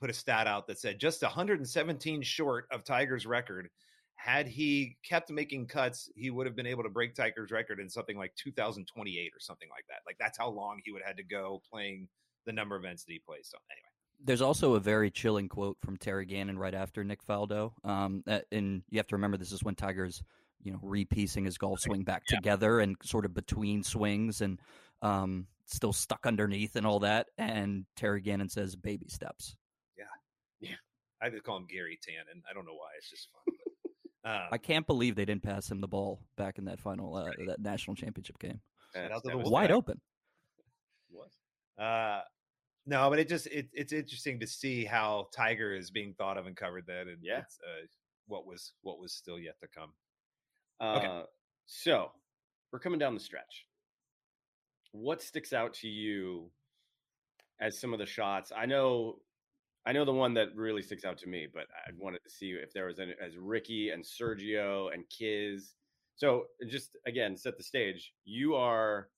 Speaker 2: put a stat out that said just 117 short of Tiger's record. Had he kept making cuts, he would have been able to break Tiger's record in something like 2028 or something like that. Like that's how long he would have had to go playing the number of events that he plays. So anyway.
Speaker 4: there's also a very chilling quote from Terry Gannon right after Nick Faldo. Um, that- and you have to remember this is when Tiger's, you know, repiecing his golf swing back together and sort of between swings and um, still stuck underneath and all that. And Terry Gannon says, "Baby steps."
Speaker 2: I just call him Gary Tannen. I don't know why. It's just fun.
Speaker 1: [laughs]
Speaker 2: But, um,
Speaker 4: I can't believe they didn't pass him the ball back in that final uh, that national championship game.
Speaker 1: Yeah,
Speaker 2: out to
Speaker 1: that
Speaker 2: the
Speaker 1: was-
Speaker 2: Wolf-
Speaker 4: Wide
Speaker 2: that-
Speaker 4: open.
Speaker 1: was.
Speaker 2: uh, no, but it just it, it's interesting to see how Tiger is being thought of and covered then, and
Speaker 1: Yeah.
Speaker 2: it's, uh, what was what was still yet to come. Okay.
Speaker 1: Uh, so we're coming down the stretch. What sticks out to you as some of the shots? I know, I know the one that really sticks out to me, but I wanted to see if there was any as Ricky and Sergio and Kiz. So just again, set the stage. You are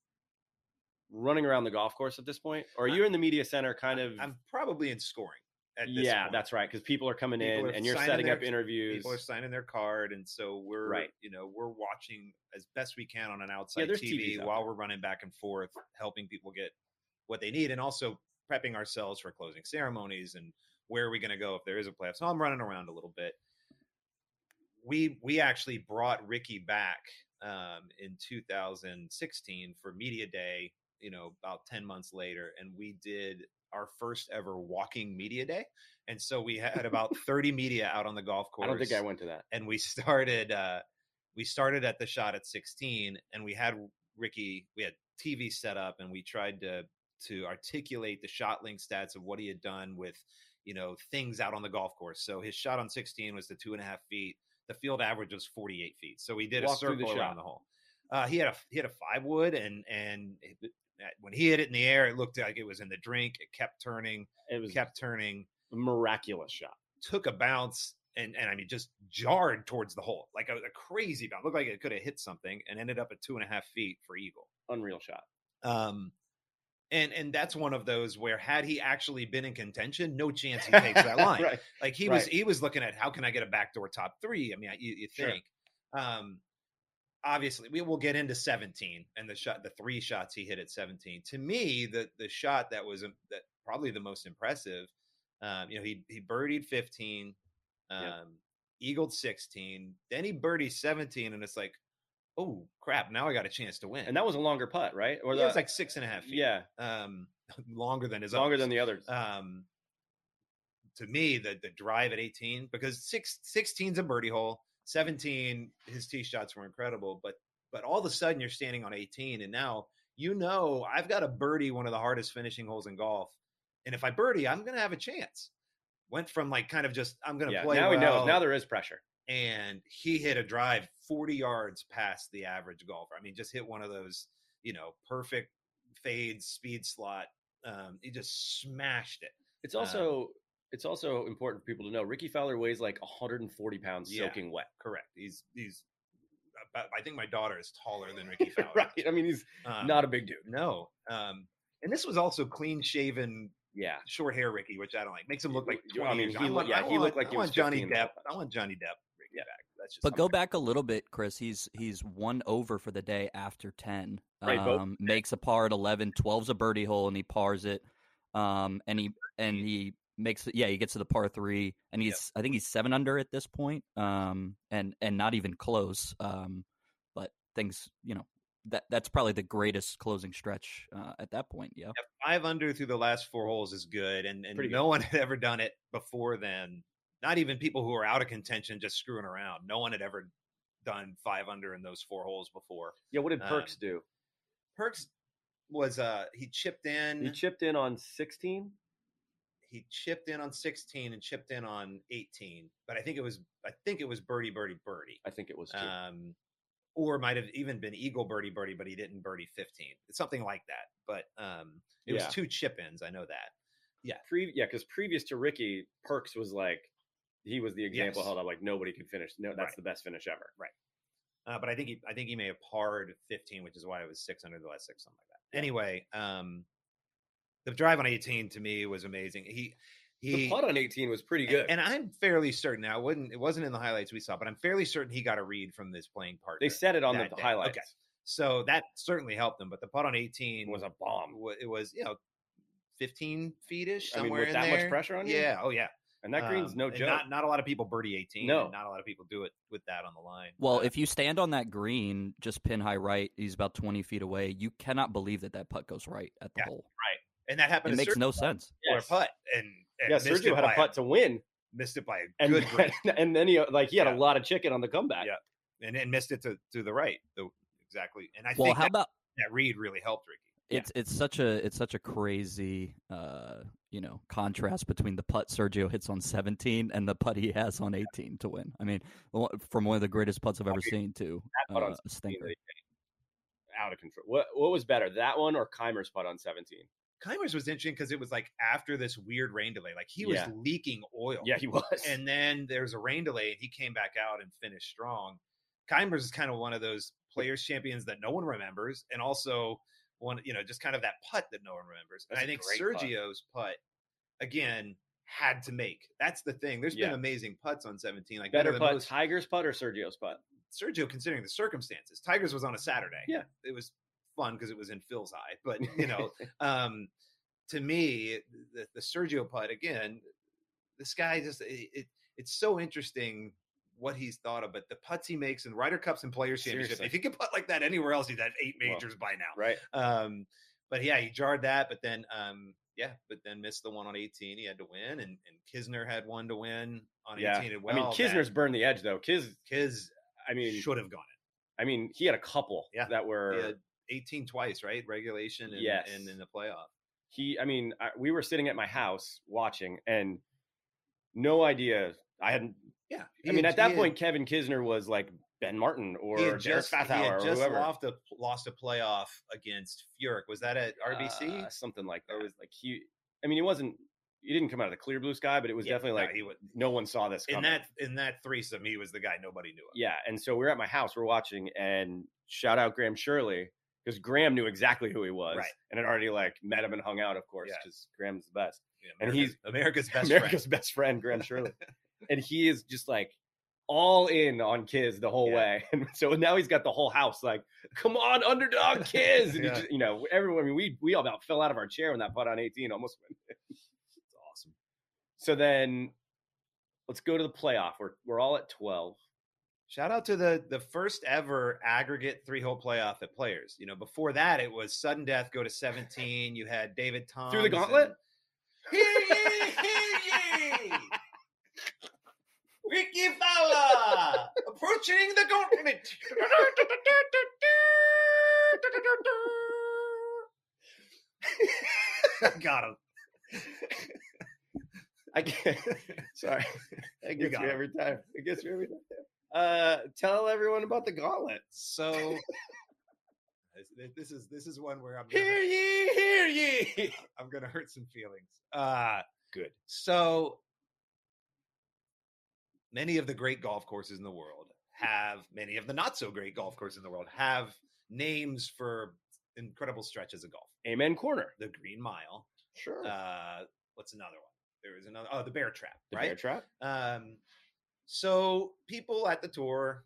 Speaker 1: running around the golf course at this point, or
Speaker 2: I-
Speaker 1: you're in the media center, kind of.
Speaker 2: I'm probably in scoring. At this
Speaker 1: yeah,
Speaker 2: point.
Speaker 1: that's right, because people are coming
Speaker 2: People
Speaker 1: in
Speaker 2: are
Speaker 1: and you're
Speaker 2: signing
Speaker 1: setting
Speaker 2: their-
Speaker 1: up interviews.
Speaker 2: people are signing their card, and so we're
Speaker 1: Right.
Speaker 2: you know we're watching as best we can on an outside
Speaker 1: there's TVs
Speaker 2: TV
Speaker 1: out
Speaker 2: while
Speaker 1: there.
Speaker 2: we're running back and forth, helping people get what they need, and also prepping ourselves for closing ceremonies and where are we going to go if there is a playoff. So I'm running around a little bit. We we actually brought Ricky back um, in 2016 for media day. You know, about 10 months later, and we did our first ever walking media day. And so we
Speaker 1: [laughs]
Speaker 2: had about 30 media out on the golf course
Speaker 1: I don't think I went to that.
Speaker 2: and we [laughs] started uh we started at the shot at 16 and we had ricky we had tv set up and we tried to to articulate the shot link stats of what he had done with you know things out on the golf course so his shot on 16 was the two and a half feet the field average was 48 feet so we did a
Speaker 1: Walk through the
Speaker 2: circle around
Speaker 1: shot.
Speaker 2: the hole uh he had a he had a five wood and and it- when he hit it in the air it looked like it was in the drink it kept turning
Speaker 1: It was
Speaker 2: kept turning
Speaker 1: a miraculous shot.
Speaker 2: took a bounce and and I mean just jarred towards the hole like a, a crazy bounce. Looked like it could have hit something and ended up at two and a half feet for eagle.
Speaker 1: unreal
Speaker 2: [laughs]
Speaker 1: shot.
Speaker 2: Um, and and that's one of those where had he actually been in contention, no chance he
Speaker 1: [laughs]
Speaker 2: takes that line.
Speaker 1: right.
Speaker 2: Like he was
Speaker 1: Right.
Speaker 2: he was looking at how can I get a backdoor top three. I mean, I- you, you
Speaker 1: Sure.
Speaker 2: think. Um, obviously, we will get into seventeen and the shot, the three shots he hit at seventeen. To me, the the shot that was um, that probably the most impressive. Um, you know, he he birdied fifteen, um,
Speaker 1: Yep.
Speaker 2: eagled sixteen, then he birdied seventeen, and it's like, oh crap! Now I got a chance to win.
Speaker 1: And that was a longer putt, right? Or
Speaker 2: it
Speaker 1: the,
Speaker 2: was like six and a half feet.
Speaker 1: yeah,
Speaker 2: um, [laughs] longer than his
Speaker 1: longer
Speaker 2: others
Speaker 1: than the others.
Speaker 2: um, to me, the the drive at 18 because six, 16's a birdie hole, 17 his tee shots were incredible, but but all of a sudden you're standing on 18 and now you know, I've got a birdie one of the hardest finishing holes in golf, and if I birdie, I'm gonna have a chance. Went from like kind of just I'm gonna
Speaker 1: Yeah,
Speaker 2: play.
Speaker 1: now we know.
Speaker 2: well,
Speaker 1: Now there is pressure.
Speaker 2: and he hit a drive 40 yards past the average golfer. I mean, just hit one of those, you know, perfect fade speed slot. Um, he just smashed it.
Speaker 1: It's
Speaker 2: Um,
Speaker 1: also it's also important for people to know Ricky Fowler weighs like 140 pounds
Speaker 2: Yeah.
Speaker 1: soaking wet.
Speaker 2: Correct. He's he's. about- I think my daughter is taller
Speaker 1: [laughs]
Speaker 2: than [laughs] Ricky Fowler.
Speaker 1: right. I mean, he's
Speaker 2: Um,
Speaker 1: not a big dude.
Speaker 2: no. Um, and this was also clean shaven,
Speaker 1: Yeah.
Speaker 2: short hair Ricky, which I don't like. Makes him look like
Speaker 1: Yeah, I
Speaker 2: 20
Speaker 1: mean, he
Speaker 2: years- I
Speaker 1: look-
Speaker 2: want-
Speaker 1: yeah,
Speaker 2: I
Speaker 1: he looked
Speaker 2: want-
Speaker 1: like
Speaker 2: I
Speaker 1: he
Speaker 2: want
Speaker 1: was
Speaker 2: Johnny
Speaker 1: 15 the whole
Speaker 2: Depp. I want Johnny Depp Ricky
Speaker 1: Yeah.
Speaker 2: back. That's just.
Speaker 4: But go
Speaker 2: something.
Speaker 4: back a little bit, Chris. He's he's one over for the day after ten.
Speaker 1: Right, Bo.
Speaker 4: um, makes a par at 11. 12's a birdie hole, and he pars it. Um, and he and he makes it. Yeah, he gets to the par three, and
Speaker 2: Yep.
Speaker 4: he's I think he's seven under at this point. Um, and and not even close. Um, but things you know that that's probably the greatest closing stretch uh, at that point. Yeah.
Speaker 2: five under through the last four holes is good, and, and
Speaker 1: Pretty
Speaker 2: no one [laughs] had ever done it before then. Not even people who are out of contention, just screwing around. No one had ever done five under in those four holes before.
Speaker 1: Yeah. What did Perks
Speaker 2: Um,
Speaker 1: do?
Speaker 2: Perks was uh he chipped in
Speaker 1: He
Speaker 2: he,
Speaker 1: chipped in on 16.
Speaker 2: chipped in on sixteen and chipped in on eighteen, but I think it was I think it was birdie birdie birdie,
Speaker 1: I think it was. Two.
Speaker 2: um, or might have even been eagle birdie birdie, but he didn't birdie fifteen. It's something like that, but um it
Speaker 1: Yeah.
Speaker 2: was two chip ins. I know that.
Speaker 1: Pre- yeah, because previous to Ricky, Perks was like he was the example
Speaker 2: Yes.
Speaker 1: held up. Like nobody could finish. No, that's
Speaker 2: Right.
Speaker 1: the best finish ever. Right.
Speaker 2: Uh, but I think he, I think he may have parred 15, which is why it was six under the last six, something like that. Anyway, um, the drive on 18 to me was amazing. He
Speaker 1: The
Speaker 2: he
Speaker 1: putt on 18 was pretty good.
Speaker 2: and I'm fairly certain now. It wasn't it wasn't in the highlights we saw, but I'm fairly certain he got a read from this playing partner.
Speaker 1: they said it on the
Speaker 2: that day.
Speaker 1: highlights.
Speaker 2: Okay. so that certainly helped him. But the putt on 18
Speaker 1: It was a bomb.
Speaker 2: wa- It was you know 15 feet ish
Speaker 1: I mean,
Speaker 2: somewhere
Speaker 1: with
Speaker 2: in
Speaker 1: that
Speaker 2: there.
Speaker 1: much pressure on you,
Speaker 2: Yeah. Oh yeah.
Speaker 1: And that green's
Speaker 2: Um,
Speaker 1: no
Speaker 2: and
Speaker 1: joke.
Speaker 2: Not not a lot of people birdie 18.
Speaker 1: No.
Speaker 2: and not a lot of people do it with that on the line.
Speaker 4: Well,
Speaker 2: Uh,
Speaker 4: if you stand on that green, just pin high right, he's about 20 feet away. You cannot believe that that putt goes right at the
Speaker 2: Yeah,
Speaker 4: hole.
Speaker 2: and that happened,
Speaker 4: It
Speaker 2: to
Speaker 4: makes
Speaker 2: Sergio
Speaker 4: no sense.
Speaker 2: for a
Speaker 1: Yes.
Speaker 2: putt, and, and
Speaker 1: yeah,
Speaker 2: missed it
Speaker 1: Sergio had
Speaker 2: by
Speaker 1: a putt to win,
Speaker 2: missed it by a
Speaker 1: and
Speaker 2: good
Speaker 1: [laughs]
Speaker 2: grade,
Speaker 1: and then he like he had
Speaker 2: Yeah.
Speaker 1: a lot of chicken on the comeback.
Speaker 2: Yeah. and, and missed it to, to the right, the, exactly. And I
Speaker 4: Well,
Speaker 2: think
Speaker 4: how
Speaker 2: that,
Speaker 4: about
Speaker 2: that read really helped Ricky.
Speaker 1: Yeah.
Speaker 4: it's it's such a it's such a crazy uh you know contrast between the putt Sergio hits on 17 and the putt he has on 18 to win. I mean, well, from one of the greatest putts I've ever seen to
Speaker 1: That
Speaker 4: uh,
Speaker 1: putt on
Speaker 4: a
Speaker 1: 16 that
Speaker 4: stinker.
Speaker 1: he made. out of control. What what was better, that one or Keimer's putt on 17?
Speaker 2: Keimer's was interesting because it was like after this weird rain delay, like he was
Speaker 1: Yeah.
Speaker 2: leaking oil.
Speaker 1: Yeah, he was.
Speaker 2: and then there was a rain delay, and he came back out and finished strong. Keimer's is kind of one of those players champions that no one remembers, and also one you know just kind of that putt that no one remembers. And
Speaker 1: That's
Speaker 2: I
Speaker 1: a
Speaker 2: think
Speaker 1: great putt.
Speaker 2: Sergio's putt. again had to make. That's the thing. There's
Speaker 1: Yeah.
Speaker 2: been amazing putts on 17, like one
Speaker 1: [laughs] better
Speaker 2: of the
Speaker 1: putt,
Speaker 2: most-
Speaker 1: Tiger's putt or Sergio's putt?
Speaker 2: Sergio, considering the circumstances, Tigers was on a Saturday.
Speaker 1: Yeah.
Speaker 2: it was fun because it was in Phil's eye.
Speaker 1: [laughs]
Speaker 2: But you know, um, to me, the, the Sergio putt again. This guy just it, it. It's so interesting what he's thought of, but the putts he makes in Ryder Cups and Players Championship.
Speaker 1: Seriously.
Speaker 2: If he could putt like that anywhere else, he'd had eight
Speaker 1: Well,
Speaker 2: majors by now.
Speaker 1: right.
Speaker 2: Um, but yeah, he jarred that, but then um, yeah, but then missed the one on 18. He had to win, and, and Kisner had one to win on
Speaker 1: Yeah.
Speaker 2: 18 as
Speaker 1: I
Speaker 2: well.
Speaker 1: mean, Kisner's burned the edge though. Kis,
Speaker 2: Kis
Speaker 1: I mean,
Speaker 2: should have gone.
Speaker 1: I mean, he had a couple
Speaker 2: Yeah.
Speaker 1: that were.
Speaker 2: He had 18 twice, right? Regulation and,
Speaker 1: Yes.
Speaker 2: and in the playoff.
Speaker 1: he i mean I, we were sitting at my house watching and no idea i hadn't
Speaker 2: Yeah.
Speaker 1: i mean at that point kevin kisner was like ben martin or
Speaker 2: he had
Speaker 1: Derek
Speaker 2: just, he
Speaker 1: Fathower
Speaker 2: had
Speaker 1: or
Speaker 2: just
Speaker 1: whoever
Speaker 2: lost, a, lost a playoff against Furyk. Was that at RBC?
Speaker 1: Uh, something like that
Speaker 2: Or
Speaker 1: was like he i mean he wasn't he didn't come out of the clear blue sky but it was
Speaker 2: Yeah,
Speaker 1: definitely
Speaker 2: no,
Speaker 1: like
Speaker 2: he was,
Speaker 1: no one saw this
Speaker 2: in
Speaker 1: coming.
Speaker 2: that in that threesome, he was the guy nobody knew of.
Speaker 1: yeah and so we we're at my house we're watching and shout out graham shirley because graham knew exactly who he was
Speaker 2: Right.
Speaker 1: and had already like met him and hung out of course
Speaker 2: Yeah.
Speaker 1: because graham's the best
Speaker 2: Yeah,
Speaker 1: and
Speaker 2: America's-
Speaker 1: he's-
Speaker 2: America's best
Speaker 1: America's [laughs]
Speaker 2: friend.
Speaker 1: best friend, Graham Shirley. and he is just like all in on Kiz the whole
Speaker 2: Yeah.
Speaker 1: way. [laughs] And so now he's got the whole house like, come on, underdog Kiz. And he
Speaker 2: Yeah.
Speaker 1: just, you know, everyone, I mean, we, we all about fell out of our chair when that putt on 18 almost went. [laughs]
Speaker 2: It's awesome.
Speaker 1: So then let's go to the playoff. We're, we're all at 12.
Speaker 2: Shout out to the the first ever aggregate three hole playoff at Players. You know, before that it was sudden death go to seventeen. You had David Tom
Speaker 1: Through the gauntlet?
Speaker 2: Hear ye, hear
Speaker 1: [laughs]
Speaker 2: ye! Ricky Fowler
Speaker 1: [laughs]
Speaker 2: approaching the gauntlet. Got him.
Speaker 1: I can't. [laughs] Sorry, I
Speaker 2: You
Speaker 1: gets
Speaker 2: got
Speaker 1: me
Speaker 2: it.
Speaker 1: every time. It gets me every time. Uh, tell everyone about the gauntlet.
Speaker 2: So [laughs] this- this is this is one where I'm
Speaker 1: [laughs]
Speaker 2: gonna,
Speaker 1: Hear ye, hear ye.
Speaker 2: I'm gonna hurt some feelings. Uh
Speaker 1: Good.
Speaker 2: So many of the great golf courses in the world have many of the not so great golf courses in the world have names for incredible stretches of golf.
Speaker 1: Amen. Corner.
Speaker 2: The Green Mile.
Speaker 1: Sure.
Speaker 2: Uh what's another one? There was another oh the Bear Trap,
Speaker 1: the
Speaker 2: right?
Speaker 1: bear trap.
Speaker 2: Um, so people at the tour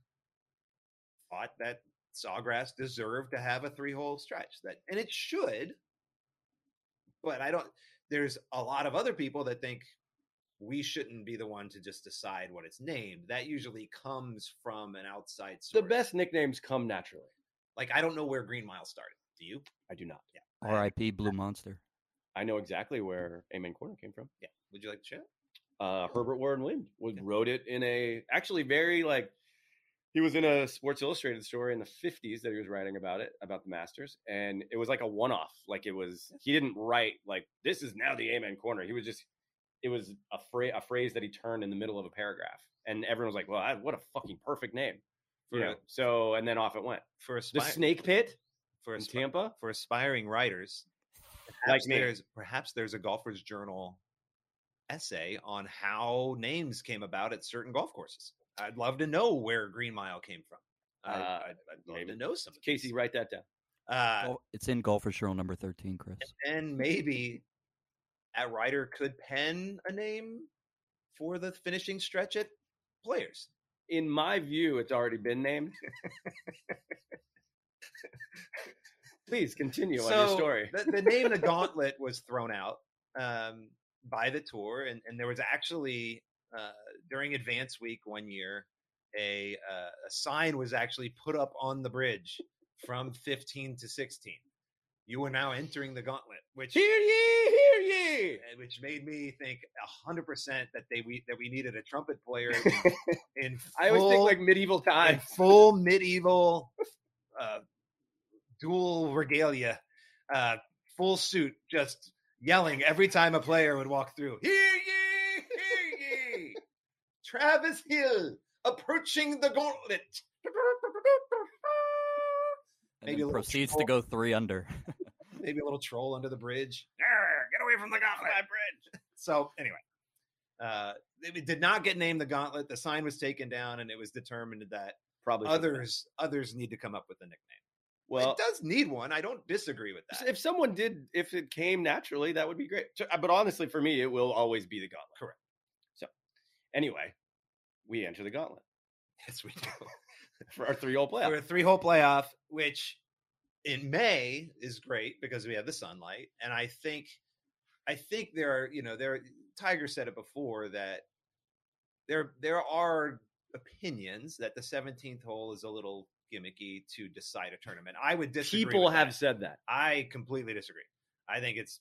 Speaker 2: thought that Sawgrass deserved to have a three-hole stretch, that and it should. But I don't. There's a lot of other people that think we shouldn't be the one to just decide what it's named. That usually comes from an outside
Speaker 1: The
Speaker 2: source.
Speaker 1: best nicknames come naturally.
Speaker 2: Like I don't know where Green Mile started. Do you?
Speaker 1: I do not.
Speaker 4: R.I.P. Blue Monster.
Speaker 1: I know exactly where Amen Corner came from.
Speaker 2: Would you like to share?
Speaker 1: uh, Herbert Warren Wind would, wrote it in a actually very like he was in a Sports Illustrated story in the fifties that he was writing about it about the Masters, and it was like a one off. Like it was he didn't write like this is now the Amen Corner. He was just it was a phrase a phrase that he turned in the middle of a paragraph, and everyone was like, "Well, I, what a fucking perfect name."
Speaker 2: For,
Speaker 1: You know, so and then off it went.
Speaker 2: for
Speaker 1: The
Speaker 2: aspi-
Speaker 1: Snake Pit
Speaker 2: for
Speaker 1: in
Speaker 2: aspi-
Speaker 1: Tampa,
Speaker 2: for aspiring writers,
Speaker 1: like
Speaker 2: perhaps
Speaker 1: me.
Speaker 2: there's perhaps there's a golfer's journal essay on how names came about at certain golf courses. I'd love to know where Green Mile came from. I,
Speaker 1: Uh,
Speaker 2: I'd, I'd love
Speaker 1: maybe.
Speaker 2: to know some. of these.
Speaker 1: Casey, write that down.
Speaker 2: uh,
Speaker 4: Gol- it's in Golfer's Journal number 13, Chris.
Speaker 2: and maybe a writer could pen a name for the finishing stretch at Players.
Speaker 1: In my view, it's already been named. Please continue on your story.
Speaker 2: The, the name the gauntlet was thrown out um, by the tour, and, and there was actually uh, during Advance Week one year, a uh, a sign was actually put up on the bridge from 15 to 16. You are now entering the gauntlet, which
Speaker 1: Hear ye, hear ye.
Speaker 2: and which made me think hundred percent that they we that we needed a trumpet
Speaker 1: [laughs]
Speaker 2: player in, in
Speaker 1: I always think
Speaker 2: full-
Speaker 1: like medieval
Speaker 2: in
Speaker 1: times.
Speaker 2: full medieval uh, dual regalia, uh, full suit, just yelling every time a player would walk through. Hear ye, hear ye! Travis Hill approaching the gauntlet.
Speaker 4: And
Speaker 2: Maybe a
Speaker 4: then
Speaker 2: little
Speaker 4: proceeds to
Speaker 2: troll.
Speaker 4: go three under. [laughs]
Speaker 2: Maybe a little troll under the bridge. "Arr, get away from the gauntlet, bridge. So anyway, uh, it did not get named the gauntlet. The sign was taken down, and it was determined that
Speaker 1: Probably should've
Speaker 2: [laughs]
Speaker 1: done.
Speaker 2: others others need to come up with a nickname.
Speaker 1: Well,
Speaker 2: it does need one. I don't disagree with that.
Speaker 1: if someone did, if it came naturally, that would be great. So- But honestly, for me, it will always be the gauntlet. Correct. So, anyway, we enter the gauntlet
Speaker 2: yes, we [laughs] do.
Speaker 1: for our three-hole
Speaker 2: [laughs] We're a
Speaker 1: playoff.
Speaker 2: three hole playoff, which in May is great because we have the sunlight. And I think, I think there are, you know, there, Tiger said it before that there, there are opinions that the 17th hole is a little gimmicky to decide a tournament. I would disagree.
Speaker 1: People
Speaker 2: with
Speaker 1: have
Speaker 2: that.
Speaker 1: said that.
Speaker 2: I completely disagree. I think it's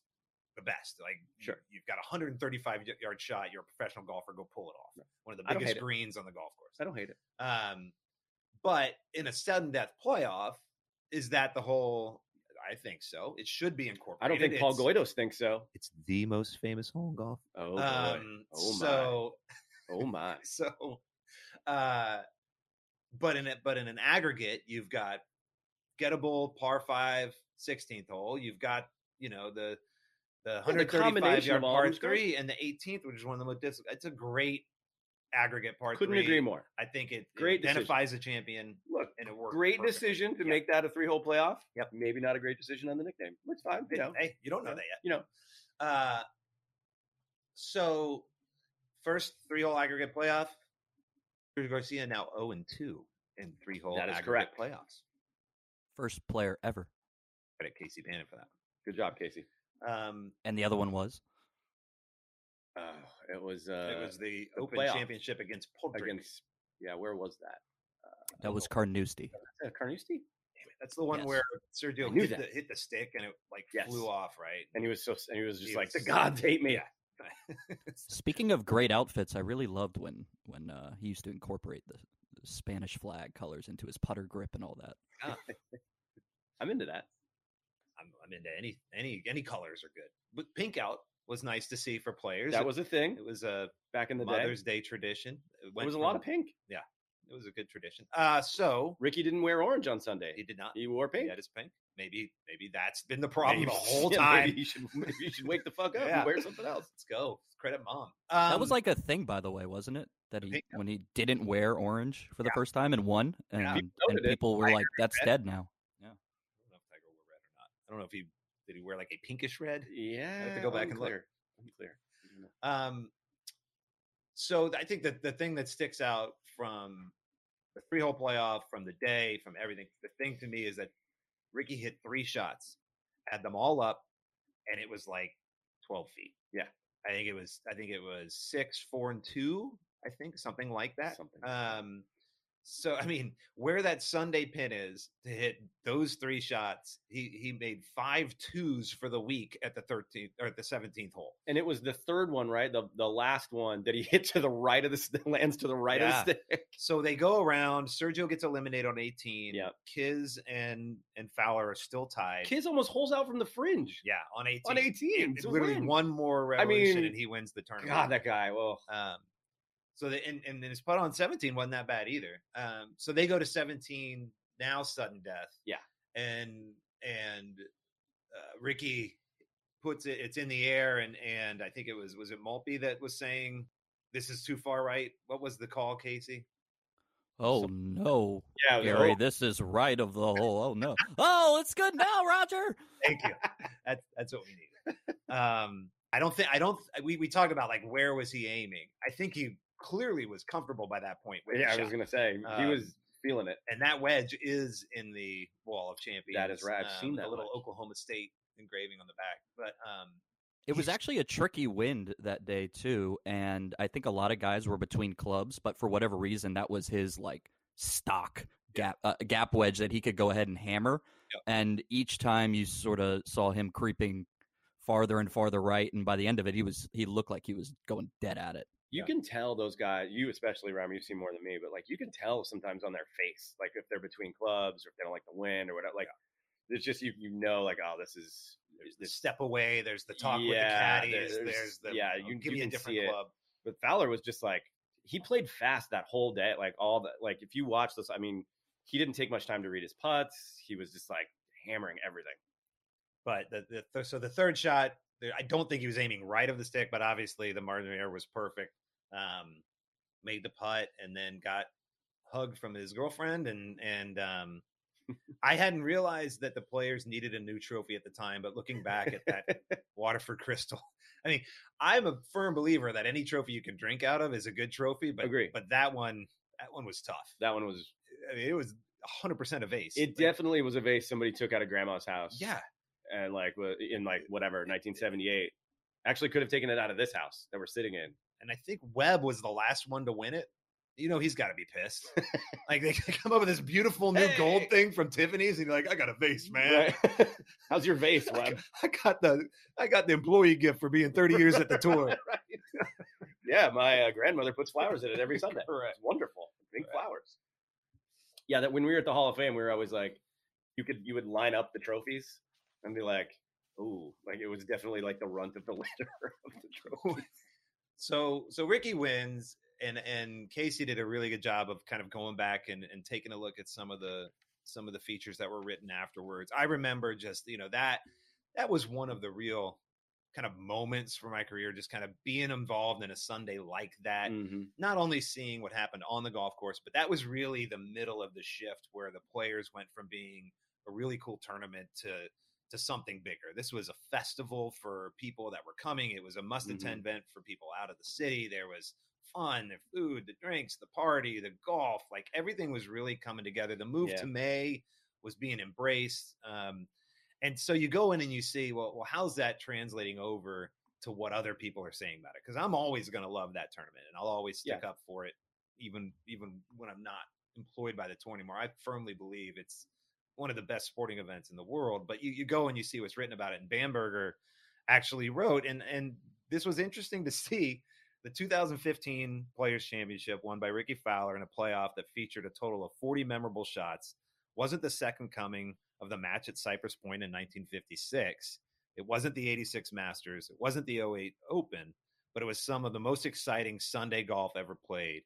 Speaker 2: the best. Like, you-
Speaker 1: Sure.
Speaker 2: you've got a 135 y- yard shot. You're a professional golfer. Go pull it off. One of
Speaker 1: I don't
Speaker 2: the
Speaker 1: hate
Speaker 2: biggest
Speaker 1: it.
Speaker 2: greens on the golf course.
Speaker 1: I don't hate it.
Speaker 2: Um, but in a sudden death playoff, is that the whole? I think so. It should be incorporated.
Speaker 1: I don't think Paul
Speaker 2: It's-
Speaker 1: Goidos thinks so.
Speaker 2: It's the most famous hole in golf.
Speaker 1: Oh boy.
Speaker 2: um,
Speaker 1: Oh, my.
Speaker 2: so
Speaker 1: oh
Speaker 2: [laughs]
Speaker 1: my.
Speaker 2: so, uh, but in it, but in an aggregate, you've got gettable par five, 16th hole. You've got you know the the
Speaker 1: Well, the
Speaker 2: 135
Speaker 1: combination
Speaker 2: yard
Speaker 1: of all
Speaker 2: par
Speaker 1: these guys.
Speaker 2: three and the 18th, which is one of the most difficult. It's a great aggregate par
Speaker 1: Couldn't
Speaker 2: three.
Speaker 1: agree more.
Speaker 2: I think it,
Speaker 1: Great
Speaker 2: great
Speaker 1: decision.
Speaker 2: identifies a champion.
Speaker 1: Look,
Speaker 2: and it worked.
Speaker 1: Great
Speaker 2: perfectly.
Speaker 1: decision to
Speaker 2: Yeah.
Speaker 1: make that a three-hole playoff.
Speaker 2: Yep.
Speaker 1: Maybe not a great decision on the nickname. It's fine. You know.
Speaker 2: Hey, you don't know
Speaker 1: Yeah.
Speaker 2: that yet.
Speaker 1: You know.
Speaker 2: Uh, so first three hole aggregate playoff. Cruz Garcia now zero and two in three hole
Speaker 1: That is
Speaker 2: aggregate
Speaker 1: correct.
Speaker 2: playoffs.
Speaker 4: First player ever.
Speaker 2: Credit Casey Bannon for that.
Speaker 1: Good job, Casey.
Speaker 2: one. Um,
Speaker 4: And the other one was?
Speaker 1: Uh, it was. Uh,
Speaker 2: it was the,
Speaker 1: the
Speaker 2: Open
Speaker 1: playoff
Speaker 2: Championship against Podrick.
Speaker 1: against. Yeah, where was that?
Speaker 4: That
Speaker 2: Oh.
Speaker 4: was Carnoustie.
Speaker 1: Uh, Carnoustie.
Speaker 2: That's the one
Speaker 4: Yes.
Speaker 2: where
Speaker 1: I
Speaker 2: Sergio
Speaker 1: knew
Speaker 2: hit
Speaker 1: that.
Speaker 2: the, hit the stick and it like
Speaker 1: Yes.
Speaker 2: flew off. Right.
Speaker 1: And he was so. And he was just
Speaker 2: He
Speaker 1: like,
Speaker 2: was-
Speaker 1: "The
Speaker 2: [laughs]
Speaker 1: gods hate me."
Speaker 2: Yeah.
Speaker 4: Speaking of great outfits, I really loved when when uh, he used to incorporate the, the Spanish flag colors into his putter grip and all that.
Speaker 1: [laughs] I'm into that.
Speaker 2: I'm, I'm I'm into any any any colors are good. But pink out was nice to see for players.
Speaker 1: That
Speaker 2: It-
Speaker 1: was a thing
Speaker 2: it was a
Speaker 1: back in the
Speaker 2: Mother's
Speaker 1: day.
Speaker 2: Day tradition. It
Speaker 1: There
Speaker 2: went
Speaker 1: was a
Speaker 2: from-
Speaker 1: lot of pink.
Speaker 2: It was a good tradition. Uh so
Speaker 1: Ricky didn't wear orange on
Speaker 2: he
Speaker 1: Sunday.
Speaker 2: did [laughs] not.
Speaker 1: He wore
Speaker 2: He
Speaker 1: pink.
Speaker 2: had his pink. Maybe maybe that's been the problem
Speaker 1: [laughs] Maybe-
Speaker 2: the whole
Speaker 1: yeah,
Speaker 2: time.
Speaker 1: Maybe you should, maybe you should wake the fuck up
Speaker 2: Yeah.
Speaker 1: and wear something else.
Speaker 2: Let's go. Credit mom.
Speaker 4: that was
Speaker 2: Um,
Speaker 4: like a thing, by the way, wasn't it? That he
Speaker 2: pink-
Speaker 4: when he didn't wear orange for the first time and won, and,
Speaker 2: Yeah.
Speaker 4: and
Speaker 1: Noted it.
Speaker 4: people were
Speaker 2: Tiger
Speaker 4: like, "That's
Speaker 2: red.
Speaker 4: dead now."
Speaker 2: I don't know if Tiger wore red or not. I don't know if he did he wear like a pinkish red.
Speaker 1: Yeah.
Speaker 2: I have to go back and look.
Speaker 1: unclear. Unclear.
Speaker 2: Um, so th- I think that the thing that sticks out from the three hole playoff, from the day, from everything, the thing to me is that Ricky hit three shots, had them all up, and it was like 12 feet.
Speaker 1: Yeah.
Speaker 2: I think it was, I think it was six, four, and two, I think, something like that.
Speaker 1: Something like that. uh,
Speaker 2: Um, so I mean, where that Sunday pin is to hit those three shots, he he made five twos for the week at the thirteenth or at the seventeenth hole.
Speaker 1: And it was the third one, right? The the last one that he [laughs] hit to the right of the st- [laughs] lands to the right of the
Speaker 2: [laughs]
Speaker 1: stick.
Speaker 2: So they go around. Sergio gets eliminated on 18.
Speaker 1: Yep.
Speaker 2: Kiz and and Fowler are still tied.
Speaker 1: Kids almost holes out from the fringe
Speaker 2: Yeah, on 18.
Speaker 1: on 18.
Speaker 2: It's
Speaker 1: to
Speaker 2: literally
Speaker 1: win.
Speaker 2: one [laughs] more
Speaker 1: I
Speaker 2: revolution
Speaker 1: mean,
Speaker 2: and he wins the tournament.
Speaker 1: God, that guy. oh. Well,
Speaker 2: Um, so the, and, and then his putt on 17 wasn't that bad either. Um, so they go to 17 now, sudden death.
Speaker 1: Yeah.
Speaker 2: and and uh, Ricky puts it. It's in the air, and and I think it was was it Mulpy that was saying this is too far right. What was the call, Casey?
Speaker 4: Oh no,
Speaker 1: yeah. it was- oh,
Speaker 4: Gary, this is right of the hole. Oh no. Oh, it's good now, Roger.
Speaker 2: Thank you. That's that's what we need. Um, I don't think I don't. We we talked about like where was he aiming? I think he clearly was comfortable by that point. With
Speaker 1: [laughs]
Speaker 2: the
Speaker 1: yeah, I
Speaker 2: shot.
Speaker 1: was gonna say he
Speaker 2: Um,
Speaker 1: was feeling it.
Speaker 2: and that wedge is in the Wall of Champions.
Speaker 1: right. I've seen
Speaker 2: with
Speaker 1: that
Speaker 2: a little
Speaker 1: wedge.
Speaker 2: Oklahoma State engraving on the back. But um,
Speaker 4: It was
Speaker 2: He's-
Speaker 4: actually a tricky wind that day too, and I think a lot of guys were between clubs, but for whatever reason, that was his like stock gap uh, gap wedge that he could go ahead and hammer.
Speaker 2: Yep.
Speaker 4: And each time you sort of saw him creeping farther and farther right, and by the end of it, he was he looked like he was going dead at it.
Speaker 1: You can tell those guys, you especially, Ram, you've seen more than me, but like you can tell sometimes on their face, like if they're between clubs or if they don't like the wind or whatever. Like it's just you, you know, like oh, this is
Speaker 2: there's the step away. There's the talk with the
Speaker 1: Yeah,
Speaker 2: caddy. There's,
Speaker 1: there's-
Speaker 2: there's the
Speaker 1: yeah,
Speaker 2: you know,
Speaker 1: you- you
Speaker 2: give me a
Speaker 1: can
Speaker 2: different
Speaker 1: see it.
Speaker 2: club.
Speaker 1: but Fowler was just like he played fast that whole day. Like all the like if you watch this, I mean, he didn't take much time to read his putts. He was just like hammering everything.
Speaker 2: But the, the th- so the third shot, there, I don't think he was aiming right of the stick, but obviously the margin of error was perfect. Um, made the putt and then got hugged from his girlfriend and and um, I hadn't realized that the players needed a new trophy at the time, but looking back at
Speaker 1: [laughs]
Speaker 2: that Waterford Crystal, I mean, I'm a firm believer that any trophy you can drink out of is a good trophy, but
Speaker 1: Agree.
Speaker 2: but that one that one was tough.
Speaker 1: That one was
Speaker 2: I mean, it was 100% a vase.
Speaker 1: it definitely was a vase somebody took out of grandma's house.
Speaker 2: yeah,
Speaker 1: and like wa- in like whatever 1978 actually could have taken it out of this house that we're sitting in
Speaker 2: and I think Webb was the last one to win it. You know he's got to be pissed. [laughs] like they come up with this beautiful new gold
Speaker 1: Hey!
Speaker 2: thing from Tiffany's, and you're like, "I got a vase, man.
Speaker 1: Right? [laughs] how's your vase
Speaker 2: I,
Speaker 1: Webb?
Speaker 2: got, I got the I got the employee gift for being 30 years at the tour."
Speaker 1: yeah my uh, grandmother puts flowers in it every sunday it's wonderful big flowers yeah that when we were at the hall of fame we were always like you could you would line up the trophies and be like ooh like it was definitely like the runt of the [laughs] litter of the trophy
Speaker 2: [laughs] so so Ricky wins, and and Casey did a really good job of kind of going back and and taking a look at some of the some of the features that were written afterwards. I remember just you know that that was one of the real kind of moments for my career, just kind of being involved in a Sunday like that.
Speaker 1: Mm-hmm. [laughs]
Speaker 2: not only seeing what happened on the golf course, but that was really the middle of the shift where the players went from being a really cool tournament to to something bigger. This was a festival for people that were coming. It was a must attend event for people out of the city. There was fun, the food, the drinks, the party, the golf. Like everything was really coming together. The move
Speaker 1: Yeah.
Speaker 2: to May was being embraced. Um, and so you go in and you see, well, well, how's that translating over to what other people are saying about it? Because I'm always going to love that tournament, and I'll always stick up for it, even even when I'm not employed by the tour anymore. I firmly believe it's one of the best sporting events in the world. But you, you go and you see what's written about it, and Bamberger actually wrote, and and this was interesting to [laughs] see. The 2015 Players Championship won by Ricky Fowler in a playoff that featured a total of 40 memorable shots, wasn't the second coming of the match at Cypress Point in 1956. It wasn't the 86 Masters. It wasn't the 08 Open, but it was some of the most exciting Sunday golf ever played.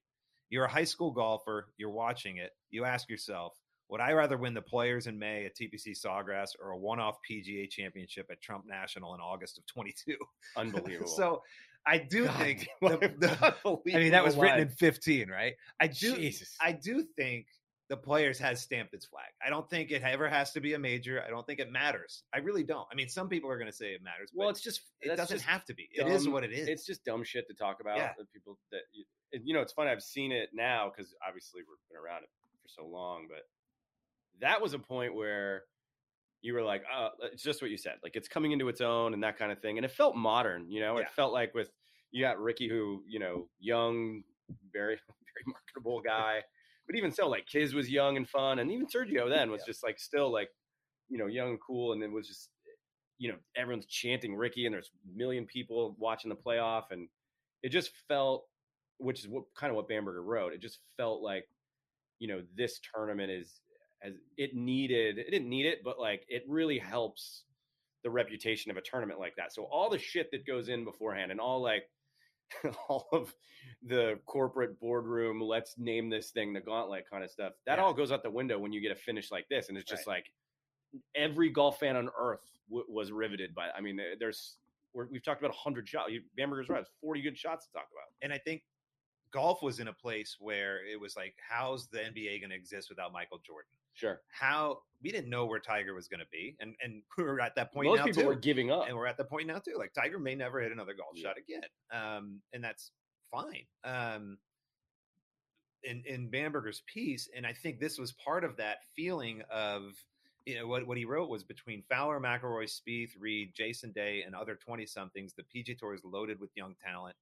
Speaker 2: You're a high school golfer. You're watching it. You ask yourself, would I rather win the Players in May at TPC Sawgrass or a one-off PGA Championship at Trump National in August of 22?
Speaker 1: Unbelievable.
Speaker 2: so I do
Speaker 1: God, [laughs]
Speaker 2: think
Speaker 1: what
Speaker 2: the-
Speaker 1: an
Speaker 2: the- I mean that was
Speaker 1: unbelievable
Speaker 2: written in [laughs]
Speaker 1: line.
Speaker 2: 15, right? I do
Speaker 1: Jesus.
Speaker 2: I do think the players has stamped its flag. I don't think it ever has to be a major. I don't think it matters. I really don't. I mean, some people are going to say it matters.
Speaker 1: well,
Speaker 2: but
Speaker 1: it's just
Speaker 2: it
Speaker 1: that's
Speaker 2: doesn't
Speaker 1: just
Speaker 2: have to be. It is
Speaker 1: dumb-
Speaker 2: what it is.
Speaker 1: It's just dumb shit to talk about.
Speaker 2: Yeah.
Speaker 1: that people that you, and, you know, it's funny. I've seen it now because obviously we've been around it for so long, but that was a point where you were like, uh, it's just what you said. Like it's coming into its own and that kind of thing. And it felt modern. You know,
Speaker 2: Yeah.
Speaker 1: it felt like with you got Ricky, who you know, young, very [laughs] very marketable guy. But even so, like Kiz was young and fun, and even Sergio then was just like still like, you know, young and cool, and it was just you know everyone's chanting Ricky, and there's a million people watching the playoff, and it just felt, which is what kind of what Bamberger wrote. It just felt like, you know, this tournament is as it needed. It didn't need it, but like it really helps the reputation of a tournament like that. So all the shit that goes in beforehand, and all like [laughs] all of the corporate boardroom, let's name this thing the gauntlet kind of stuff. That
Speaker 2: Yeah.
Speaker 1: all goes out the window when you get a finish like this. And it's just like every golf fan on earth w- was riveted by, I mean, there- there's, we're, we've talked about 100 shots. You- Bamberger's right. It's 40 good shots to talk about.
Speaker 2: and I think golf was in a place where it was like, how's the NBA going to exist without Michael Jordan?
Speaker 1: Sure.
Speaker 2: How we didn't know where Tiger was going to be, and and [laughs] we were at that point
Speaker 1: Most
Speaker 2: now
Speaker 1: people
Speaker 2: too.
Speaker 1: were giving up.
Speaker 2: and we're at the point now too. Like Tiger may never hit another golf
Speaker 1: Yeah.
Speaker 2: shot again, um, and that's fine. Um, in in Bamberger's piece, and I think this was part of that feeling of you know what what he wrote was between Fowler, McElroy, Spieth, Reed, Jason Day, and other twenty somethings, the PG Tour is loaded with young talent.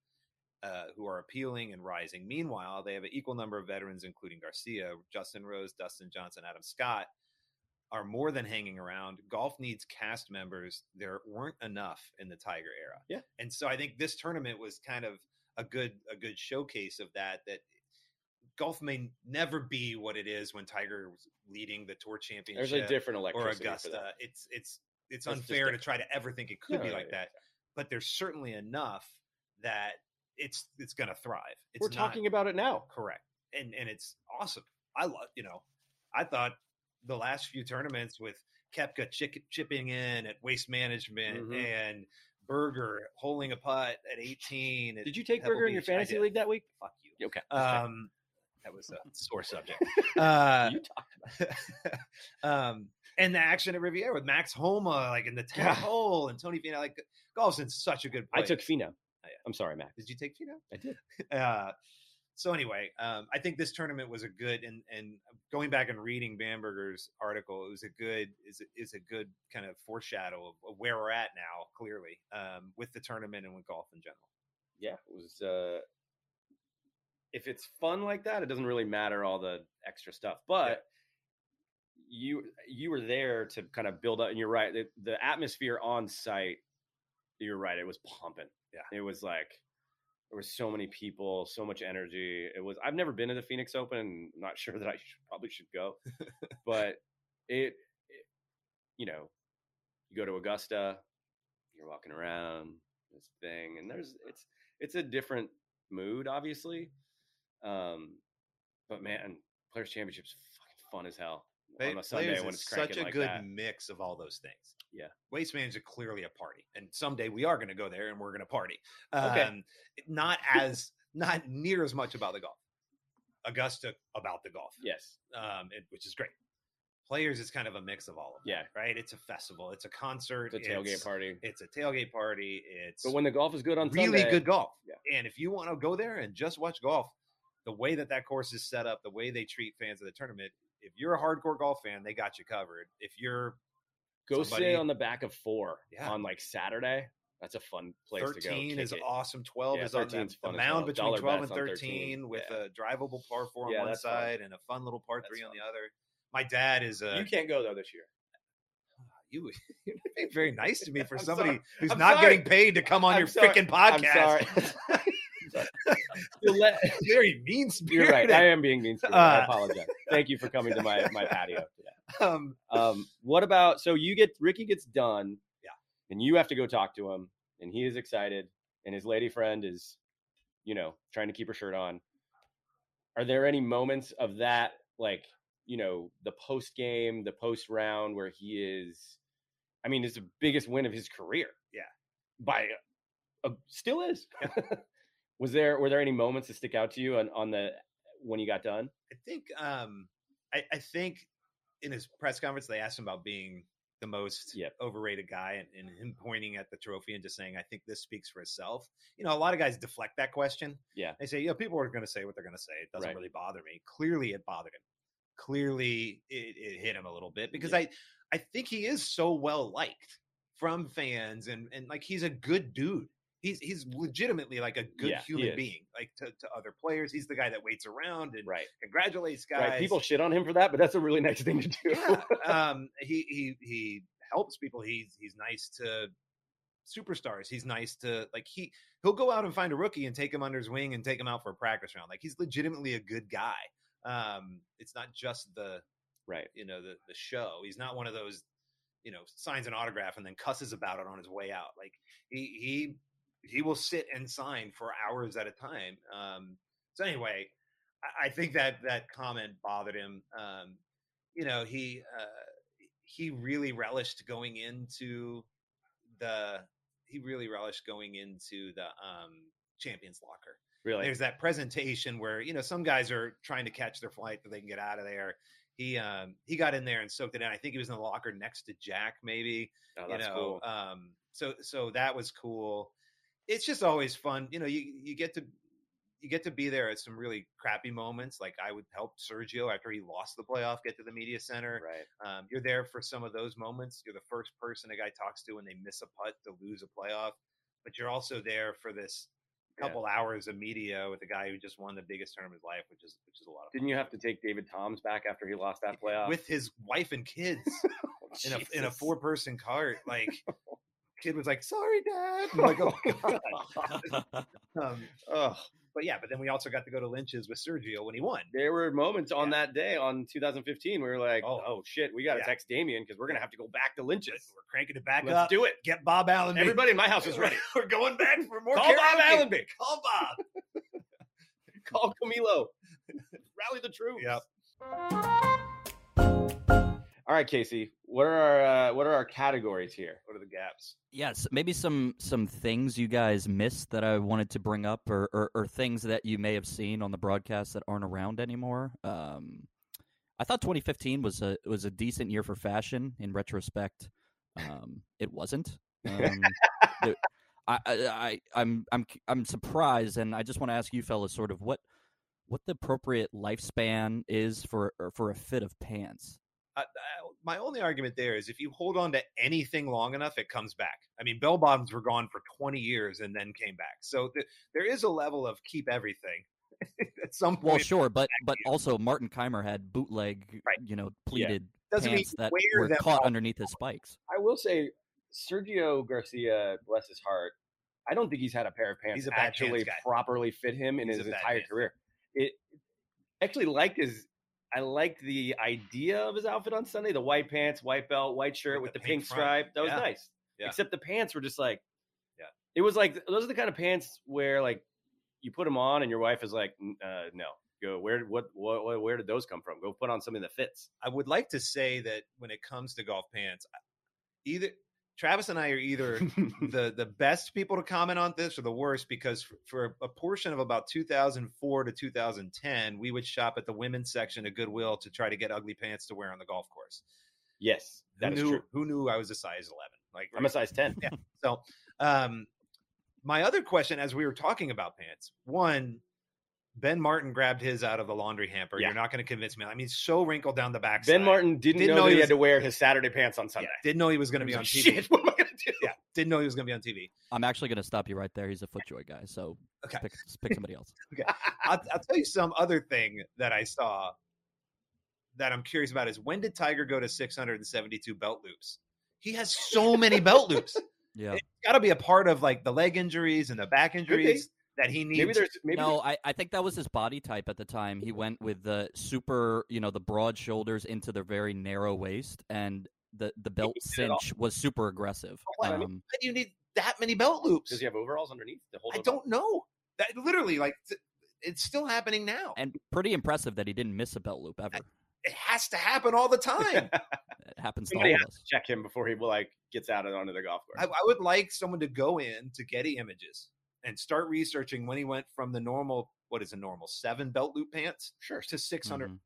Speaker 2: Uh, who are appealing and rising. Meanwhile, they have an equal number of veterans, including Garcia, Justin Rose, Dustin Johnson, Adam Scott, are more than hanging around. Golf needs cast members. There weren't enough in the Tiger era.
Speaker 1: Yeah.
Speaker 2: And so I think this tournament was kind of a good a good showcase of that that golf may never be what it is when Tiger was leading the tour championship
Speaker 1: there's a different
Speaker 2: or
Speaker 1: electricity. for that.
Speaker 2: Augusta. It's it's it's
Speaker 1: That's just
Speaker 2: unfair to
Speaker 1: different.
Speaker 2: try to ever think it could
Speaker 1: No,
Speaker 2: be
Speaker 1: no,
Speaker 2: like
Speaker 1: yeah,
Speaker 2: that. But there's certainly enough that it's it's going to thrive. It's
Speaker 1: We're
Speaker 2: not-
Speaker 1: talking about it now.
Speaker 2: correct and and it's awesome i love you know i thought the last few tournaments with kepka chick, chipping in at waste management
Speaker 1: Mhm.
Speaker 2: and Berger holding a putt at 18 at
Speaker 1: Did you take
Speaker 2: Pebble
Speaker 1: Burger in your
Speaker 2: Beach, I
Speaker 1: fantasy
Speaker 2: did.
Speaker 1: league that week?
Speaker 2: fuck you
Speaker 1: Okay.
Speaker 2: um that was a
Speaker 1: [laughs]
Speaker 2: sore subject uh
Speaker 1: You talk-
Speaker 2: um and the action at riviera with max homa like in the 10th
Speaker 1: God.
Speaker 2: hole and tony Finau, like golf's in such a good
Speaker 1: I Oh,
Speaker 2: place
Speaker 1: took Fino.
Speaker 2: yeah.
Speaker 1: I'm sorry, Mac.
Speaker 2: did you take Fino?
Speaker 1: I did.
Speaker 2: [laughs] Uh, so anyway, um, I think this tournament was a good and and going back and reading Bamberger's article, it was a good is a- is a good kind of foreshadow of, of where we're at now, clearly um, with the tournament and with golf in general.
Speaker 1: yeah, it was. Uh, if it's fun like that, it doesn't really matter all the extra stuff. But you you were there to kind of build up, and you're right. The, the atmosphere on site, you're right. It was pumping.
Speaker 2: Yeah.
Speaker 1: it was like there were so many people, so much energy. It was. I've never been to the Phoenix Open. and I'm not [laughs] sure that I should, probably should
Speaker 2: [laughs]
Speaker 1: go, but it, it, you know, you go to Augusta, you're walking around this thing, and there's it's it's a different mood, obviously. Um, but man, Players Championships fucking fun as hell
Speaker 2: They-
Speaker 1: on a Sunday
Speaker 2: players
Speaker 1: when
Speaker 2: is
Speaker 1: it's cranking
Speaker 2: such a
Speaker 1: like
Speaker 2: good
Speaker 1: that.
Speaker 2: mix of all those things.
Speaker 1: Yeah.
Speaker 2: Waste Management is clearly a party, and someday we are going to go there and we're going to party.
Speaker 1: Okay.
Speaker 2: Um, not as not near as much about the golf. Augusta about the golf.
Speaker 1: Yes,
Speaker 2: um, it, which is great. Players is kind of a mix of all of
Speaker 1: yeah,
Speaker 2: it, right? It's a festival, it's a concert,
Speaker 1: it's a tailgate
Speaker 2: it's-
Speaker 1: party.
Speaker 2: it's a tailgate party, it's
Speaker 1: But when the golf is good on
Speaker 2: really
Speaker 1: Sunday,
Speaker 2: good golf.
Speaker 1: Yeah.
Speaker 2: And if you want to go there and just watch golf, the way that that course is set up, the way they treat fans of the tournament, if you're a hardcore golf fan, they got you covered. If you're
Speaker 1: go
Speaker 2: somebody-
Speaker 1: sit on the back of four
Speaker 2: Yeah.
Speaker 1: on like Saturday. That's a fun place to go.
Speaker 2: 13 is
Speaker 1: kick it.
Speaker 2: awesome. 12
Speaker 1: Yeah,
Speaker 2: is on
Speaker 1: 13
Speaker 2: that,
Speaker 1: 's
Speaker 2: the
Speaker 1: fun as hell.
Speaker 2: mound between
Speaker 1: Dollar
Speaker 2: 12 and
Speaker 1: bets on
Speaker 2: 13,
Speaker 1: 13,
Speaker 2: with
Speaker 1: yeah.
Speaker 2: a drivable par four on
Speaker 1: Yeah,
Speaker 2: one
Speaker 1: that's fun.
Speaker 2: side and a fun little par
Speaker 1: That's
Speaker 2: three on
Speaker 1: fun.
Speaker 2: the other. My dad is a
Speaker 1: You can't go though this year.
Speaker 2: you [laughs] you're not being very nice to me for
Speaker 1: I'm
Speaker 2: somebody
Speaker 1: sorry.
Speaker 2: who's
Speaker 1: I'm
Speaker 2: not
Speaker 1: sorry.
Speaker 2: getting paid to come on
Speaker 1: I'm
Speaker 2: your
Speaker 1: sorry. [laughs]
Speaker 2: [laughs] freaking
Speaker 1: I'm
Speaker 2: podcast.
Speaker 1: sorry. You'll
Speaker 2: [laughs]
Speaker 1: let-
Speaker 2: Very mean
Speaker 1: You're
Speaker 2: [laughs] spirited.
Speaker 1: right. I am being mean spirited. I
Speaker 2: Uh.
Speaker 1: apologize. Thank you for coming to my my
Speaker 2: [laughs]
Speaker 1: patio. Today.
Speaker 2: Um,
Speaker 1: Um, what about so you get Ricky gets done,
Speaker 2: Yeah.
Speaker 1: and you have to go talk to him, and he is excited, and his lady friend is, you know, trying to keep her shirt on. Are there any moments of that, like you know, the post game, the post round, where he is? I mean, it's the biggest win of his career.
Speaker 2: Yeah.
Speaker 1: by a, a- still is. [laughs] Was there were there any moments that stick out to you on, on the when you got done?
Speaker 2: I think um, I, I think in his press conference they asked him about being the most
Speaker 1: Yep.
Speaker 2: overrated guy and, and him pointing at the trophy and just saying, I think this speaks for itself. You know, a lot of guys deflect that question.
Speaker 1: Yeah.
Speaker 2: They say, you know, people are gonna say what they're gonna say. It doesn't
Speaker 1: Right.
Speaker 2: really bother me. Clearly it bothered him. Clearly it, it hit him a little bit because
Speaker 1: Yeah.
Speaker 2: I I think he is so well liked from fans and and like he's a good dude. He's he's legitimately like a good
Speaker 1: Yeah, he
Speaker 2: human
Speaker 1: is.
Speaker 2: being, like to, to other players. He's the guy that waits around and
Speaker 1: Right.
Speaker 2: congratulates guys.
Speaker 1: Right. People shit on him for that, but that's a really nice thing to do.
Speaker 2: yeah. Um, he he he helps people. He's he's nice to superstars. He's nice to like he he'll go out and find a rookie and take him under his wing and take him out for a practice round. Like he's legitimately a good guy. Um, it's not just the
Speaker 1: [laughs] right.
Speaker 2: you know the the show. He's not one of those you know signs an autograph and then cusses about it on his way out. Like he he he will sit and sign for hours at a time. Um, so anyway, I, I think that that comment bothered him. Um, you know he uh, he really relished going into the he really relished going into the um, champions locker
Speaker 1: Really.
Speaker 2: there's that presentation where you know some guys are trying to catch their flight that they can get out of there. He um he got in there and soaked it in. I think he was in the locker next to Jack, maybe.
Speaker 1: Oh,
Speaker 2: you
Speaker 1: that's
Speaker 2: know,
Speaker 1: cool.
Speaker 2: um so so that was cool. It's just always fun. You know, you you get to you get to be there at some really crappy moments. Like I would help Sergio after he lost the playoff get to the media center.
Speaker 1: right.
Speaker 2: Um, you're there for some of those moments. You're the first person a guy talks to when they miss a putt to lose a playoff, but you're also there for this
Speaker 1: Yeah.
Speaker 2: couple hours of media with a guy who just won the biggest tournament of his life, which is which is a lot of
Speaker 1: Didn't you have to take David Toms back after he lost that playoff?
Speaker 2: fun. with his wife
Speaker 1: [laughs]
Speaker 2: and kids
Speaker 1: Oh,
Speaker 2: in a in a
Speaker 1: uh Jesus. [laughs]
Speaker 2: four person cart. Like kid was like, "Sorry, dad." I'm like, oh [laughs] my
Speaker 1: [laughs]
Speaker 2: god. Um, ugh. But yeah, but then we also got to go to Lynch's with Sergio when he won.
Speaker 1: There were moments on that day on 2015 we were like, oh,
Speaker 2: Oh.
Speaker 1: shit, we got to
Speaker 2: Yeah.
Speaker 1: text Damien because we're gonna have to go back to Lynch's.
Speaker 2: We're cranking it back
Speaker 1: Let's
Speaker 2: up.
Speaker 1: do it.
Speaker 2: Get Bob Allen.
Speaker 1: Everybody in my house is ready.
Speaker 2: [laughs] We're going back for more.
Speaker 1: Call Bob
Speaker 2: karaoke.
Speaker 1: Allenby.
Speaker 2: Call Bob.
Speaker 1: Call
Speaker 2: [laughs]
Speaker 1: Camilo. Rally the troops.
Speaker 2: Yep.
Speaker 1: All right, Casey. What are our uh, what are our categories here?
Speaker 2: What are the gaps?
Speaker 4: Yes, maybe some some things you guys missed that I wanted to bring up, or or, or things that you may have seen on the broadcast that aren't around anymore. Um, I thought 2015 was a was a decent year for fashion. In retrospect, um, it wasn't. Um, there- I, I I- I'm I'm c- I'm surprised, and I just want to ask you, fellas, sort of what what the appropriate lifespan is for or for a fit of pants.
Speaker 2: I, I, my only argument there is if you hold on to anything long enough, it comes back. I mean, bell bottoms were gone for 20 years and then came back. So th- there is a level of keep everything. [laughs] At some point,
Speaker 4: Well, sure, but but
Speaker 2: you.
Speaker 4: also Martin Keimer had bootleg,
Speaker 2: Right.
Speaker 4: you know, pleated
Speaker 2: doesn't mean
Speaker 4: pants that
Speaker 2: wear
Speaker 4: were
Speaker 2: them
Speaker 4: caught
Speaker 2: all-
Speaker 4: underneath his spikes.
Speaker 1: I will say Sergio Garcia, bless his heart, I don't think he's had a pair of pants
Speaker 2: He's a bad pants
Speaker 1: actually
Speaker 2: guy.
Speaker 1: properly fit him in
Speaker 2: He's
Speaker 1: his
Speaker 2: a bad
Speaker 1: entire
Speaker 2: pants guy.
Speaker 1: career. It actually liked his I liked the idea of his outfit on Sunday, the white pants, white belt, white shirt with,
Speaker 2: With
Speaker 1: the,
Speaker 2: the
Speaker 1: pink,
Speaker 2: pink front.
Speaker 1: stripe. That was
Speaker 2: Yeah.
Speaker 1: nice.
Speaker 2: Yeah.
Speaker 1: Except the pants were just like
Speaker 2: Yeah.
Speaker 1: It was like those are the kind of pants where like you put them on and your wife is like, "N- uh, no. Go where what, what what- where did those come from? Go put on something that fits.
Speaker 2: I would like to say that when it comes to golf pants, I- either Travis and I are either
Speaker 4: [laughs]
Speaker 2: the the best people to comment on this or the worst because for, for a portion of about 2004 to 2010, we would shop at the women's section of Goodwill to try to get ugly pants to wear on the golf course.
Speaker 1: [laughs] yes, that
Speaker 2: who
Speaker 1: is
Speaker 2: knew,
Speaker 1: true.
Speaker 2: Who knew I was a size 11? Like,
Speaker 1: I'm a size ten.
Speaker 2: so, um, my other question as we were talking about pants one, Ben Martin grabbed his out of the laundry hamper.
Speaker 1: Yeah.
Speaker 2: You're not going to convince me. I mean, so wrinkled down the back.
Speaker 1: Ben Martin didn't,
Speaker 2: Didn't
Speaker 1: know,
Speaker 2: know
Speaker 1: that
Speaker 2: he
Speaker 1: he had
Speaker 2: was-
Speaker 1: to wear his Saturday pants on Sunday.
Speaker 2: didn't know he was going to
Speaker 1: He was
Speaker 2: be on
Speaker 1: like, [laughs]
Speaker 2: TV.
Speaker 1: Shit, what am I gonna do?
Speaker 2: Yeah, didn't know he was going to be on TV.
Speaker 4: I'm actually going to stop you right there. He's a FootJoy guy, so
Speaker 2: Okay.
Speaker 4: pick, pick somebody else.
Speaker 2: I'll,
Speaker 1: [laughs]
Speaker 2: I'll tell you some other thing that I saw that I'm curious about is when did Tiger go to 672 belt loops? He has so many belt loops.
Speaker 4: Yeah,
Speaker 2: [laughs] got to be a part of like the leg injuries and the back
Speaker 1: be.
Speaker 2: injuries. that he needs.
Speaker 1: Maybe there's maybe
Speaker 4: no, I, I think that was his body type at the time. He went with the super, you know, the broad shoulders into the very narrow waist, and the the belt
Speaker 2: did it all. Oh,
Speaker 4: cinch was super aggressive.
Speaker 2: Well, I mean,
Speaker 4: Um,
Speaker 2: why do you need that many belt loops?
Speaker 1: does he have overalls underneath the whole?
Speaker 2: I don't know. That literally, like, th- it's still happening now.
Speaker 4: and pretty impressive that he didn't miss a belt loop
Speaker 2: [laughs]
Speaker 4: ever.
Speaker 2: It has to happen all
Speaker 1: [laughs]
Speaker 2: the time.
Speaker 4: It happens to all
Speaker 1: Somebody
Speaker 4: of
Speaker 1: has to
Speaker 4: us.
Speaker 1: check him before he like gets out and onto the golf
Speaker 2: I,
Speaker 1: course.
Speaker 2: I would like someone to go in to Getty Images and start researching when he went from the normal, what is a normal seven belt loop pants
Speaker 1: sure. Mm-hmm.
Speaker 2: to six
Speaker 4: Mhm.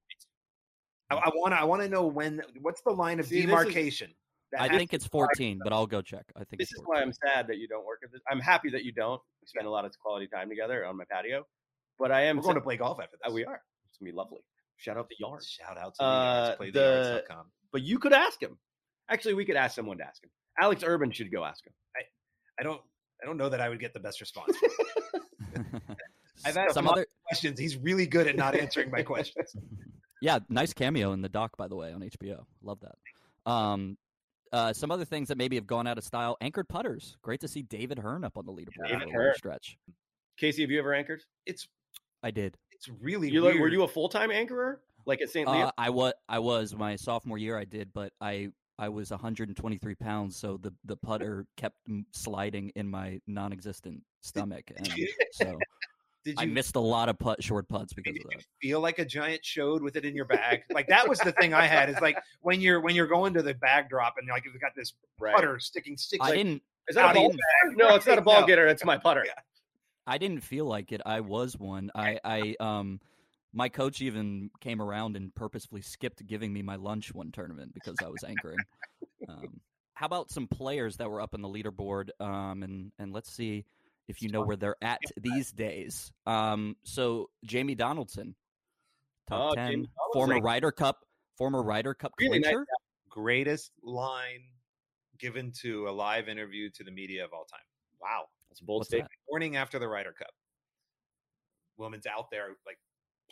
Speaker 2: I, I want to. I want to know when. What's the line of
Speaker 1: See, this is-
Speaker 2: demarcation? that
Speaker 4: I
Speaker 2: has- [laughs]
Speaker 4: think it's 14, but I'll go check. I think
Speaker 1: This
Speaker 4: it's
Speaker 1: is
Speaker 4: 14.
Speaker 1: why I'm sad that you don't work at this. I'm happy that you don't. We spend a lot of quality time together on my patio, but I am.
Speaker 2: we're going
Speaker 1: sa-
Speaker 2: to play golf after
Speaker 1: Uh,
Speaker 2: this.
Speaker 1: we are. It's gonna be lovely. Shout out the yard.
Speaker 2: Shout out to
Speaker 1: Uh,
Speaker 2: the,
Speaker 1: the-
Speaker 2: the
Speaker 1: But you could ask him. Actually, we could ask someone to ask him. Alex Urban should go ask him.
Speaker 2: I don't. I don't know that I would get the best response.
Speaker 4: [laughs]
Speaker 2: I've
Speaker 4: S-
Speaker 2: asked
Speaker 4: some
Speaker 2: him-
Speaker 4: other. [laughs]
Speaker 2: questions. He's really good at not answering my questions.
Speaker 4: Yeah, nice cameo in the doc, by the way, on HBO. Love that. Um, uh, some other things that maybe have gone out of style: anchored putters. Great to see David Hearn up on the leaderboard
Speaker 1: David
Speaker 4: for a
Speaker 1: Hearn.
Speaker 4: long stretch.
Speaker 1: Casey, have you ever anchored?
Speaker 2: It's
Speaker 4: I did.
Speaker 2: it's really
Speaker 1: You like,
Speaker 2: weird.
Speaker 1: were you a full time anchorer like at St. Leo?
Speaker 4: Uh, I was I was my sophomore year. I did, but I I was 123 pounds, so the the putter kept m- sliding in my non-existent stomach, and
Speaker 1: [laughs]
Speaker 4: so
Speaker 2: did
Speaker 4: I
Speaker 2: you
Speaker 4: missed a lot of putt short putts because
Speaker 2: did
Speaker 4: of
Speaker 2: you
Speaker 4: that.
Speaker 2: feel like a giant showed with it in your bag? Like that was the thing I had. It's like when you're when you're going to the bag drop and like you've got this
Speaker 1: Right.
Speaker 2: putter sticking six.
Speaker 4: I
Speaker 2: like,
Speaker 4: didn't.
Speaker 1: Is
Speaker 4: I
Speaker 1: that a ball? [laughs]
Speaker 4: didn't
Speaker 1: No, it's not a ball
Speaker 2: [laughs] No.
Speaker 1: getter. It's my putter.
Speaker 4: I didn't feel like it. I was one. I, I um my coach even came around and purposefully skipped giving me my lunch one tournament because I was anchoring. um, how about some players that were up on the leaderboard? Um, and and let's see if you know where they're at these days. Um, so Jamie Donaldson, top
Speaker 1: Oh,
Speaker 4: ten,
Speaker 1: Jamie
Speaker 4: former
Speaker 1: Donaldson.
Speaker 4: Ryder Cup, former Ryder Cup
Speaker 1: Really nice
Speaker 4: clincher.
Speaker 2: greatest line given to a live interview to the media of all time. Wow.
Speaker 1: That's a bold
Speaker 4: What's
Speaker 1: statement.
Speaker 2: morning after the Ryder Cup. Woman's out there, like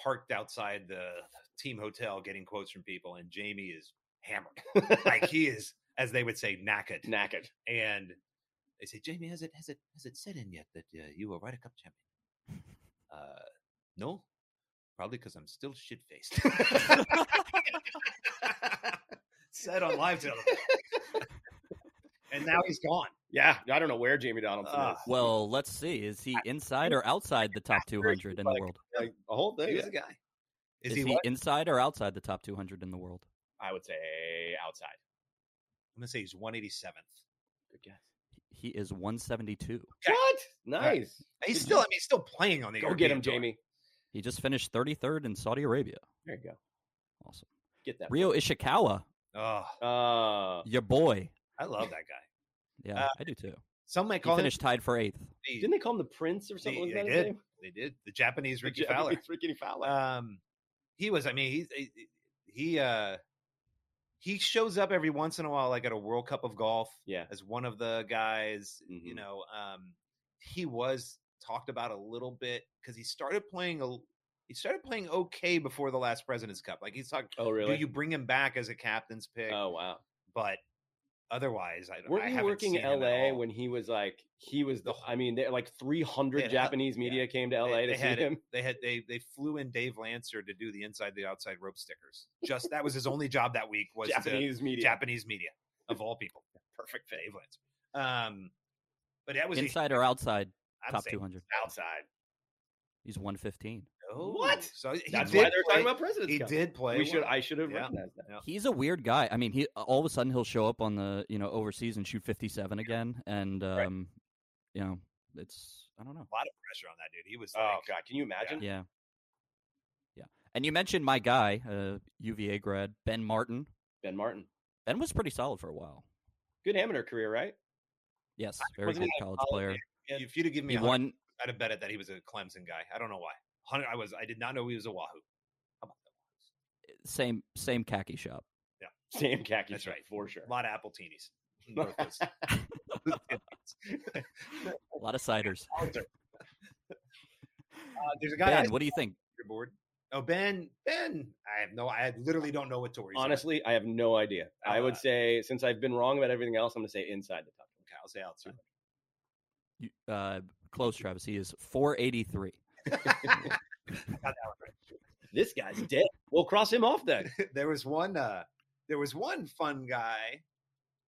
Speaker 2: parked outside the team hotel, getting quotes from people, and Jamie is hammered. like
Speaker 1: [laughs]
Speaker 2: he is, as they would say, knackered.
Speaker 1: Knackered.
Speaker 2: and they say, Jamie, has it has it has it set in yet that uh, you were Ryder Cup champion?
Speaker 1: [laughs]
Speaker 2: Uh, no, probably because I'm still shit faced. [laughs] Said on live television,
Speaker 1: [laughs]
Speaker 2: and now he's gone.
Speaker 1: Yeah, I don't know where Jamie Donaldson
Speaker 2: Ah.
Speaker 1: is.
Speaker 4: Well, let's see. Is
Speaker 1: [laughs]
Speaker 4: he inside or outside the top 200 in the
Speaker 1: Like,
Speaker 4: world?
Speaker 1: Like, a whole
Speaker 2: He
Speaker 1: thing.
Speaker 2: was a guy. Is,
Speaker 4: Is
Speaker 2: he?
Speaker 4: he
Speaker 2: what?
Speaker 4: inside or outside the top 200 in the world?
Speaker 1: I would say outside.
Speaker 2: I'm gonna say he's 187th.
Speaker 1: Good guess.
Speaker 4: He is 172.
Speaker 2: Yeah.
Speaker 1: What?
Speaker 2: right.
Speaker 1: Nice.
Speaker 2: He's
Speaker 1: Good
Speaker 2: still. I
Speaker 1: job.
Speaker 2: mean, he's still playing on the.
Speaker 1: Go get
Speaker 2: European
Speaker 1: him,
Speaker 2: tour.
Speaker 1: Jamie.
Speaker 4: He just finished 33rd in Saudi Arabia.
Speaker 1: There you go.
Speaker 4: Awesome.
Speaker 1: Get that.
Speaker 4: Rio Ishikawa,
Speaker 2: Oh,
Speaker 1: Uh,
Speaker 4: your boy.
Speaker 2: I love that guy.
Speaker 4: Yeah,
Speaker 2: Uh,
Speaker 4: I do too.
Speaker 2: Some might
Speaker 4: He
Speaker 2: call
Speaker 4: finished tied for eighth.
Speaker 2: him.
Speaker 1: didn't
Speaker 2: The,
Speaker 1: they call him the Prince or something? like
Speaker 2: they,
Speaker 1: that
Speaker 2: they
Speaker 1: his
Speaker 2: did.
Speaker 1: name?
Speaker 2: They did. The Japanese
Speaker 1: The
Speaker 2: Ricky Fowler.
Speaker 1: Japanese [laughs] Ricky Fowler.
Speaker 2: um he was i mean he's he- he uh he shows up every once in a while like at a world cup of golf
Speaker 1: yeah.
Speaker 2: as one of the guys you
Speaker 1: Mhm.
Speaker 2: know um he was talked about a little bit because he started playing a he started playing okay before the last president's cup like he's talking
Speaker 1: Oh, really?
Speaker 2: do you bring him back as a captain's pick
Speaker 1: oh, wow.
Speaker 2: but otherwise i
Speaker 1: Weren't
Speaker 2: I
Speaker 1: you
Speaker 2: haven't
Speaker 1: working
Speaker 2: seen
Speaker 1: in
Speaker 2: him at
Speaker 1: LA
Speaker 2: all.
Speaker 1: when he was like he was the?
Speaker 2: The wh-
Speaker 1: I mean, there like three
Speaker 2: They
Speaker 1: hundred
Speaker 2: had-
Speaker 1: Japanese
Speaker 2: yeah.
Speaker 1: media came to
Speaker 2: They-
Speaker 1: LA
Speaker 2: they
Speaker 1: to
Speaker 2: had
Speaker 1: see
Speaker 2: it-
Speaker 1: him. [laughs]
Speaker 2: They had they they flew in Dave Lancer to do the inside the outside rope stickers. Just that was his only job
Speaker 1: [laughs]
Speaker 2: that week was Japanese
Speaker 1: Japanese media.
Speaker 2: media. Japanese media of all people. Perfect for Dave Lancer. Um, but that was a-
Speaker 4: Inside or outside
Speaker 2: I would
Speaker 4: top
Speaker 2: say
Speaker 4: 200?
Speaker 2: outside.
Speaker 4: He's 115.
Speaker 2: No.
Speaker 1: What?
Speaker 2: So he
Speaker 1: That's
Speaker 2: did
Speaker 1: why they're
Speaker 2: play,
Speaker 1: talking about presidents.
Speaker 2: He
Speaker 1: Cup.
Speaker 2: did play.
Speaker 1: We should.
Speaker 2: well.
Speaker 1: I should have
Speaker 2: Yeah.
Speaker 1: recognized that.
Speaker 2: Yeah.
Speaker 4: He's a weird guy. I mean, he all of a sudden he'll show up on the, you know, overseas and shoot 57 again and um you know, it's I don't know.
Speaker 2: a lot of pressure on that dude. He was.
Speaker 1: Oh
Speaker 2: like,
Speaker 1: God, can you imagine?
Speaker 4: Yeah. Yeah. And you mentioned my guy, uh UVA grad, Ben Martin.
Speaker 1: Ben Martin,
Speaker 4: Ben was pretty solid for a while.
Speaker 1: good amateur career, right? [laughs]
Speaker 4: Yes, very
Speaker 2: wasn't
Speaker 4: good
Speaker 2: he a
Speaker 4: college
Speaker 2: college
Speaker 4: player.
Speaker 2: If you'd have given me,
Speaker 4: He
Speaker 2: a hundred,
Speaker 4: won
Speaker 2: I'd have bet it that he was a Clemson guy. I don't know why. Hundred. I was. I did not know he was a Wahoo. How about that?
Speaker 4: same same khaki shop.
Speaker 1: Sam khaki.
Speaker 2: That's
Speaker 1: shirt,
Speaker 2: right.
Speaker 1: for sure.
Speaker 2: A lot of Appletinis. Both
Speaker 1: [laughs]
Speaker 2: those- [laughs]
Speaker 4: A lot of ciders.
Speaker 2: Uh, there's a guy.
Speaker 4: Ben,
Speaker 2: I-
Speaker 4: what do you think?
Speaker 2: leaderboard. Oh, Ben, Ben, I have no, I literally don't know what Tory's on.
Speaker 1: Honestly, I have no idea. I
Speaker 2: Uh,
Speaker 1: would say since I've been wrong about everything else, I'm gonna say inside the top.
Speaker 2: Okay, I'll say outside.
Speaker 4: You- Uh, close, Travis. He is 483.
Speaker 5: This
Speaker 2: [laughs]
Speaker 5: guy's dead. We'll cross him off then.
Speaker 2: [laughs] there was one uh there was one fun guy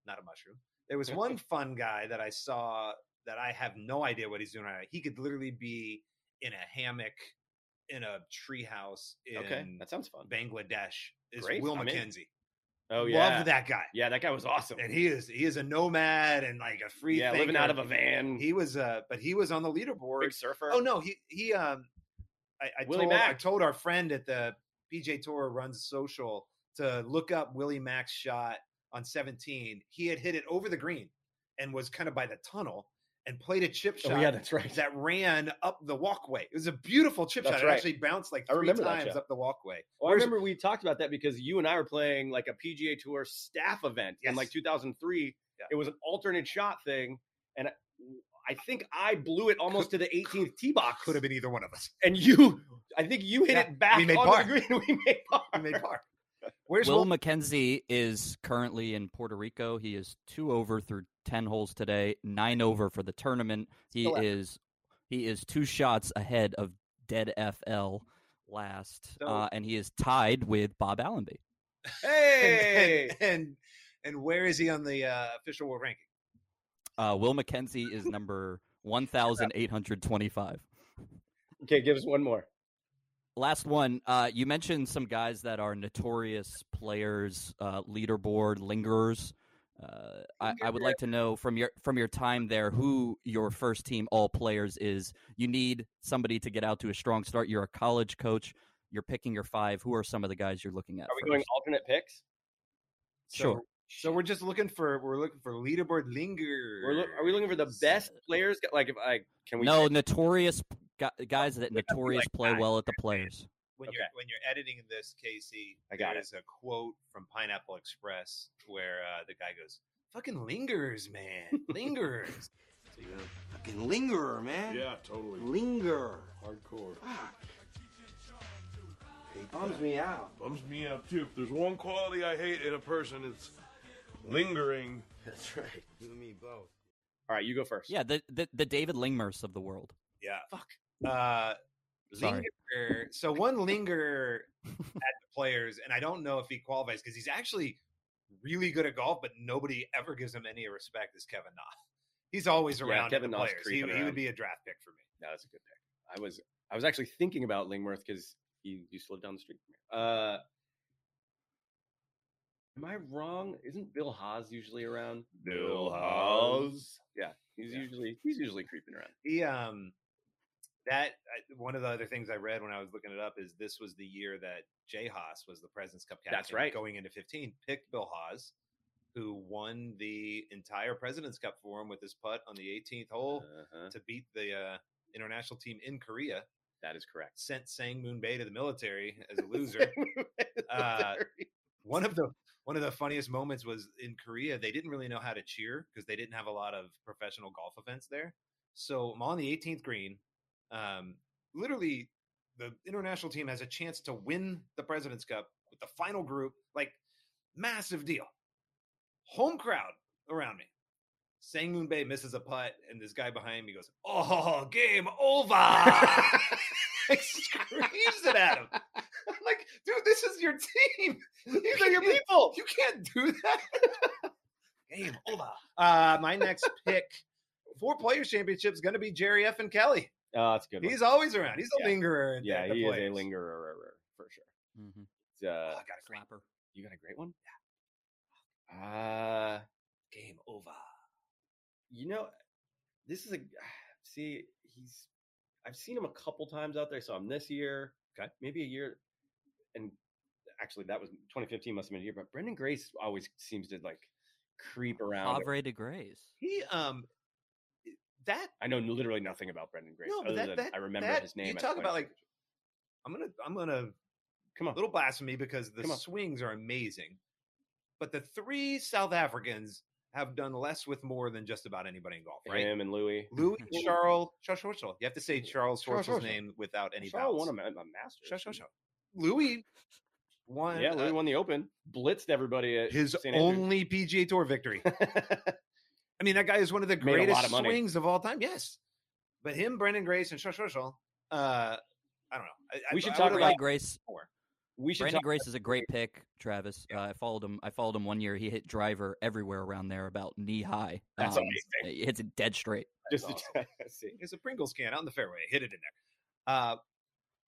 Speaker 2: not a mushroom there was
Speaker 1: [laughs]
Speaker 2: one fun guy that i saw that i have no idea what he's doing right now he could literally be in a hammock in a treehouse in
Speaker 1: Okay, that sounds fun.
Speaker 2: bangladesh is
Speaker 1: Great,
Speaker 2: will
Speaker 1: I'm in.
Speaker 2: mckenzie
Speaker 1: Oh yeah,
Speaker 2: love that guy
Speaker 1: yeah, that guy was awesome.
Speaker 2: and he is he is a nomad and like a free
Speaker 1: Yeah, living out of
Speaker 2: thinker.
Speaker 1: a van.
Speaker 2: he was uh but he was on the leaderboard
Speaker 1: big surfer.
Speaker 2: Oh no, he he um I, I
Speaker 1: Willie
Speaker 2: told I
Speaker 1: Mack.
Speaker 2: told our friend at the PJ Tour runs social to look up Willie Mack's shot on 17. He had hit it over the green and was kind of by the tunnel and played a chip
Speaker 1: Oh,
Speaker 2: shot
Speaker 1: yeah, that's right.
Speaker 2: that ran up the walkway. It was a beautiful chip
Speaker 1: That's
Speaker 2: shot. It
Speaker 1: right.
Speaker 2: actually bounced like
Speaker 1: I
Speaker 2: three
Speaker 1: remember that
Speaker 2: times
Speaker 1: shot.
Speaker 2: up the walkway.
Speaker 1: Well, I
Speaker 2: Where's-
Speaker 1: remember we talked about that because you and I were playing like a PGA Tour staff event in
Speaker 2: Yes.
Speaker 1: like 2003.
Speaker 2: Yeah.
Speaker 1: It was an alternate shot thing, and I- I think I blew it almost to the
Speaker 2: [laughs]
Speaker 1: 18th tee box.
Speaker 2: Could have been either one of us. [laughs]
Speaker 1: And you, I think you hit
Speaker 2: Yeah,
Speaker 1: it back
Speaker 2: we made
Speaker 1: onto
Speaker 2: par.
Speaker 1: the green. [laughs] We made par.
Speaker 2: We
Speaker 1: [laughs]
Speaker 2: made par. Where's
Speaker 4: Will
Speaker 2: Will-
Speaker 4: McKenzie is currently in Puerto Rico. He is two over through ten holes today, nine over for the tournament. He
Speaker 2: Still out.
Speaker 4: is he is two shots ahead of dead FL last,
Speaker 1: So-
Speaker 4: uh, and he is tied with Bob Allenby.
Speaker 1: Hey,
Speaker 2: and, and, and and where is he on the uh, official world ranking?
Speaker 4: Uh, Will McKenzie is number one thousand eight hundred twenty-five.
Speaker 1: okay, give us one more.
Speaker 4: Last one. Uh, you mentioned some guys that are notorious players, uh, leaderboard lingerers. Uh, I, I would like to know from your from your time there who your first team all players is. You need somebody to get out to a strong start. You're a college coach. You're picking your five. Who are some of the guys you're looking at?
Speaker 1: Are we
Speaker 4: first?
Speaker 1: going alternate picks?
Speaker 4: sure.
Speaker 2: So we're just looking for we're looking for leaderboard linger.
Speaker 1: We're lo- are we looking for the best players? Like, if I can we?
Speaker 4: No notorious p- gu- guys that
Speaker 2: be
Speaker 4: notorious
Speaker 2: like
Speaker 4: play
Speaker 2: guys
Speaker 4: well at the players.
Speaker 2: when
Speaker 1: Okay.
Speaker 2: you're when you're editing this, Casey,
Speaker 1: I got
Speaker 2: there
Speaker 1: it.
Speaker 2: is a quote from Pineapple Express where uh, the guy goes, "Fucking lingers,
Speaker 1: [laughs]
Speaker 2: man, lingers." So you know,
Speaker 6: Fucking lingerer, man. Yeah, totally. Linger. Hardcore. Bums me out.
Speaker 7: Bums me out too. If there's one quality I hate in a person, it's lingering.
Speaker 6: That's right. You and me both.
Speaker 1: All right, you go first.
Speaker 4: Yeah, the the, the David Lingmers of the world.
Speaker 2: yeah, fuck. Uh,
Speaker 4: Sorry.
Speaker 2: linger. So
Speaker 1: [laughs]
Speaker 2: one linger at the players, and I don't know if he qualifies because he's actually really good at golf, but nobody ever gives him any respect. Is Kevin Na? He's always
Speaker 1: Yeah,
Speaker 2: around at
Speaker 1: Kevin
Speaker 2: the
Speaker 1: Na's
Speaker 2: players. He,
Speaker 1: creeping
Speaker 2: he
Speaker 1: around.
Speaker 2: would be a draft pick for me.
Speaker 1: No, that's a good pick. I was I was actually thinking about Lingworth because he used to live down the street from here. Uh, am I wrong? Isn't Bill Haas usually around?
Speaker 7: Bill
Speaker 1: Haas. Yeah, he's
Speaker 2: Yeah.
Speaker 1: usually he's usually creeping around.
Speaker 2: he um that I- one of the other things I read when I was looking it up is this was the year that Jay Haas was the President's Cup captain.
Speaker 1: That's right.
Speaker 2: Going into 15, picked Bill Haas, who won the entire President's Cup for him with his putt on the 18th hole [laughs]
Speaker 1: Uh-huh.
Speaker 2: to beat the uh, international team in Korea.
Speaker 1: That is correct.
Speaker 2: Sent Sang Moon Bay to the military as a
Speaker 1: [laughs]
Speaker 2: loser. Uh, one of the one of the funniest moments was in Korea. They didn't really know how to cheer because they didn't have a lot of professional golf events there. So I'm on the 18th green. Um, literally, the international team has a chance to win the President's Cup with the final group. Like massive deal. Home crowd around me. Sang Bay misses a putt, and this guy behind me goes, "Oh, game over!" [laughs] Like, screams it at him. I'm like, dude, this is your team. These are your people. You can't do that. [laughs] Game over. Uh, my next pick for Players Championship is going to be Jerry F. and Kelly.
Speaker 1: oh, that's a good. one.
Speaker 2: He's always around. He's a
Speaker 1: Yeah.
Speaker 2: lingerer. at the-
Speaker 1: yeah,
Speaker 2: at the
Speaker 1: he is a
Speaker 2: Players.
Speaker 1: lingerer for sure.
Speaker 4: Mm-hmm.
Speaker 1: It's, Uh,
Speaker 2: Oh, I got a great
Speaker 4: Slapper.
Speaker 1: you got a great one. Yeah. Uh,
Speaker 2: game over.
Speaker 1: you know, this is a [sighs] see. He's I've seen him a couple times out there. I saw him this year. Okay, maybe a year, and actually that was 2015 must have been a year. But Brendan Grace always seems to like creep around.
Speaker 4: Havre de Grace.
Speaker 2: He um that
Speaker 1: I know literally nothing about Brendan Grace.
Speaker 2: no, but
Speaker 1: other
Speaker 2: that,
Speaker 1: than
Speaker 2: that
Speaker 1: I remember
Speaker 2: that-
Speaker 1: his name.
Speaker 2: You
Speaker 1: at
Speaker 2: talk about
Speaker 1: 20.
Speaker 2: like I'm gonna I'm gonna
Speaker 1: come on,
Speaker 2: little blasphemy because the
Speaker 1: Come on.
Speaker 2: swings are amazing, but the three South Africans have done less with more than just about anybody in golf, right?
Speaker 1: him and Louis.
Speaker 2: Louis
Speaker 1: [laughs]
Speaker 4: Mhm.
Speaker 2: Charles Charles Schwartzel. You have to say Charles
Speaker 1: Charles
Speaker 2: Schwartzel's
Speaker 1: Schwartzel.
Speaker 2: name without any
Speaker 1: Shaw
Speaker 2: vowels.
Speaker 1: won a, ma- a Masters.
Speaker 2: Schwartzel,
Speaker 1: didn't
Speaker 2: Schwartzel. Louis won
Speaker 1: he? Yeah, Louis
Speaker 2: uh,
Speaker 1: won the Open, blitzed everybody at
Speaker 2: his
Speaker 1: St. Andrews. [laughs]
Speaker 2: only PGA Tour victory. I mean, that guy is one of the
Speaker 1: Made a lot
Speaker 2: greatest
Speaker 1: of money.
Speaker 2: swings of all time. Yes, but him, Brendan Grace, and Shush Shush, uh, I don't know. I,
Speaker 1: We
Speaker 2: I-
Speaker 1: should
Speaker 2: I
Speaker 1: talk
Speaker 2: would've
Speaker 1: about-
Speaker 2: liked
Speaker 4: Brandon Grace.
Speaker 2: more.
Speaker 1: We should
Speaker 4: Brandon
Speaker 1: talk.
Speaker 4: Grace is a great pick, Travis. Uh, I followed him. I followed him one year. He hit driver everywhere around there, about knee high.
Speaker 1: That's
Speaker 4: amazing. He hits it dead straight.
Speaker 1: Just
Speaker 2: That's
Speaker 1: [laughs] to see.
Speaker 2: It's a Pringles can out in the fairway. Hit it in there. Uh,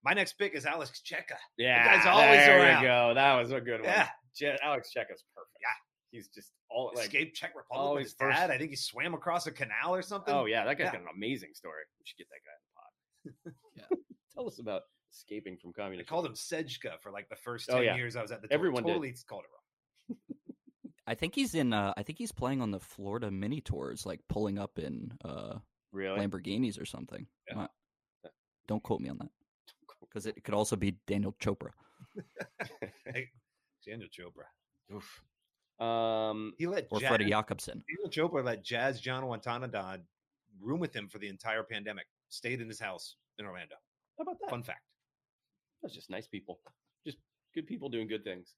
Speaker 2: my next pick is Alex Cheka.
Speaker 1: Yeah,
Speaker 2: guy's always
Speaker 1: there
Speaker 2: around.
Speaker 1: we go. That was a good one.
Speaker 2: Yeah.
Speaker 1: Je- Alex Cheka's perfect.
Speaker 2: Yeah.
Speaker 1: he's just all like.
Speaker 2: Escaped Czech Republic
Speaker 1: always
Speaker 2: with his dad.
Speaker 1: first.
Speaker 2: I think he swam across a canal or something.
Speaker 1: Oh yeah, that guy's
Speaker 2: Yeah.
Speaker 1: got an amazing story. We should get that [laughs] guy in the pod. [laughs] Tell us about escaping from
Speaker 2: They
Speaker 1: communist.
Speaker 2: called him Sejka for like the first
Speaker 1: Oh,
Speaker 2: 10
Speaker 1: yeah.
Speaker 2: years I was at the
Speaker 1: Everyone did.
Speaker 2: tour. totally called it wrong.
Speaker 4: I think he's in. Uh, I think he's playing on the Florida mini tours, like pulling up in uh,
Speaker 1: Really?
Speaker 4: Lamborghinis or something.
Speaker 1: Yeah.
Speaker 4: Not- Don't quote me on that because it could also be Daniel Chopra.
Speaker 2: [laughs] Hey, Daniel Chopra.
Speaker 1: Um,
Speaker 2: He let
Speaker 4: or
Speaker 2: Jazz,
Speaker 4: Freddie Jacobson.
Speaker 2: Daniel Chopra let Jazz John Watanabe room with him for the entire pandemic. Stayed in his house in Orlando.
Speaker 1: how about that?
Speaker 2: Fun fact.
Speaker 1: That's just nice people, just good people doing good things.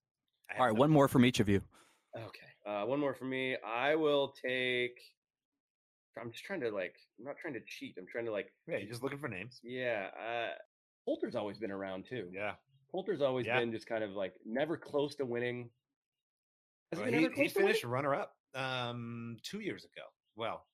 Speaker 2: I had
Speaker 4: All right,
Speaker 2: no-
Speaker 4: one more from each of you.
Speaker 1: Okay. Uh, one more for me. I will take. I'm just trying to like. I'm not trying to cheat. I'm trying to like.
Speaker 2: Yeah, you're just looking for names.
Speaker 1: Yeah. Uh, Poulter's always been around too.
Speaker 2: Yeah.
Speaker 1: Poulter's always
Speaker 2: Yeah.
Speaker 1: been just kind of like never close to winning. Has
Speaker 2: Well,
Speaker 1: been
Speaker 2: he,
Speaker 1: ever
Speaker 2: he
Speaker 1: close to winning?
Speaker 2: finished runner up um, two years ago. Well,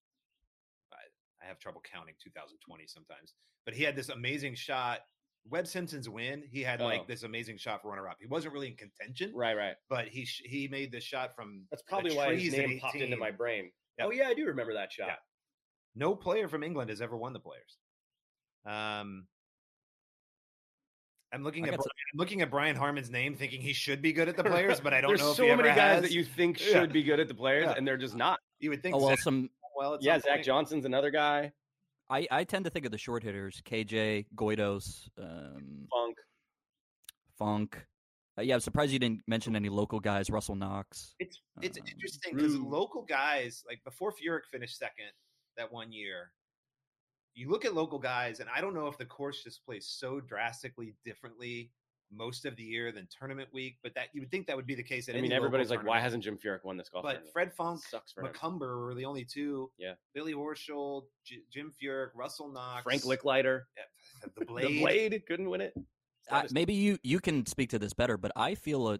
Speaker 2: I, I have trouble counting 2020 sometimes, but he had this amazing shot. Webb Simpson's win, he had
Speaker 1: Oh.
Speaker 2: like this amazing shot for runner up. He wasn't really in contention,
Speaker 1: Right. Right.
Speaker 2: but he sh- he made the shot from
Speaker 1: That's
Speaker 2: the
Speaker 1: probably why his
Speaker 2: trees at
Speaker 1: name popped into
Speaker 2: 18.
Speaker 1: my brain.
Speaker 2: Yep.
Speaker 1: Oh yeah, I do remember that shot.
Speaker 2: Yeah. No player from England has ever won the players. Um, I'm looking
Speaker 4: I
Speaker 2: at
Speaker 4: got oh,
Speaker 2: Brian, I'm looking at Brian Harmon's name, thinking he should be good at the players,
Speaker 1: [laughs]
Speaker 2: but I don't
Speaker 1: There's
Speaker 2: know.
Speaker 1: so
Speaker 2: if he
Speaker 1: many
Speaker 2: ever
Speaker 1: guys
Speaker 2: has.
Speaker 1: that you think
Speaker 2: Yeah.
Speaker 1: should be good at the players,
Speaker 2: Yeah.
Speaker 1: and they're just not.
Speaker 2: you would think.
Speaker 4: Oh well,
Speaker 2: Zach
Speaker 4: some
Speaker 2: Well, at
Speaker 1: yeah,
Speaker 2: some
Speaker 1: Zach
Speaker 2: point.
Speaker 1: Johnson's another guy.
Speaker 4: I, I tend to think of the short hitters: KJ, Goidos, um,
Speaker 1: Funk.
Speaker 4: Funk. Uh, yeah, I'm surprised you didn't mention any local guys. Russell Knox.
Speaker 2: It's it's
Speaker 4: Um,
Speaker 2: interesting because
Speaker 1: Rue.
Speaker 2: local guys like before Furyk finished second that one year. You look at local guys, and I don't know if the course just plays so drastically differently most of the year than tournament week, but that you would think that would be the case.
Speaker 1: I
Speaker 2: At
Speaker 1: mean,
Speaker 2: any local
Speaker 1: everybody's like, "Why
Speaker 2: tournament.
Speaker 1: hasn't Jim Furyk won this golf?"
Speaker 2: But
Speaker 1: tournament?
Speaker 2: Fred Funk,
Speaker 1: sucks for him.
Speaker 2: McCumber were the only two.
Speaker 1: Yeah.
Speaker 2: Billy Horschel, J- Jim Furyk, Russell Knox,
Speaker 1: Frank Licklider,
Speaker 2: the
Speaker 1: [laughs]
Speaker 2: Blade.
Speaker 1: the Blade couldn't win it.
Speaker 4: I-
Speaker 1: That is-
Speaker 4: maybe you you can speak to this better, but I feel a,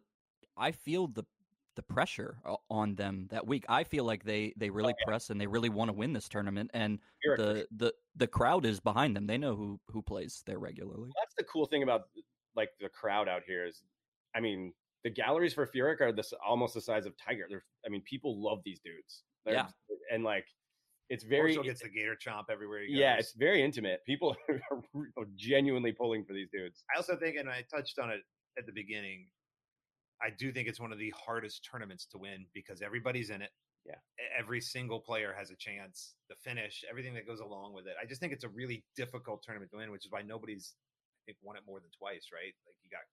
Speaker 4: I feel the the pressure o- on them that week. I feel like they
Speaker 2: Oh,
Speaker 4: they really press and they really want to win this tournament, and
Speaker 1: Furyk for
Speaker 4: the the the crowd is behind them. They know who who plays there regularly.
Speaker 1: that's the cool thing about like the crowd out here is i mean the galleries for Furyk are this almost the size of tiger There's, i mean people love these dudes They're-
Speaker 4: Yeah.
Speaker 1: and like it's very
Speaker 2: Horschel gets the gator chomp everywhere he goes.
Speaker 1: yeah it's very intimate people [laughs] are genuinely pulling for these dudes
Speaker 2: I also think, and I touched on it at the beginning, I do think it's one of the hardest tournaments to win because everybody's in it.
Speaker 1: Yeah.
Speaker 2: E- Every single player has a chance, the finish, everything that goes along with it. I just think it's a really difficult tournament to win, which is why nobody's, I think, won it more than twice, right? Like you got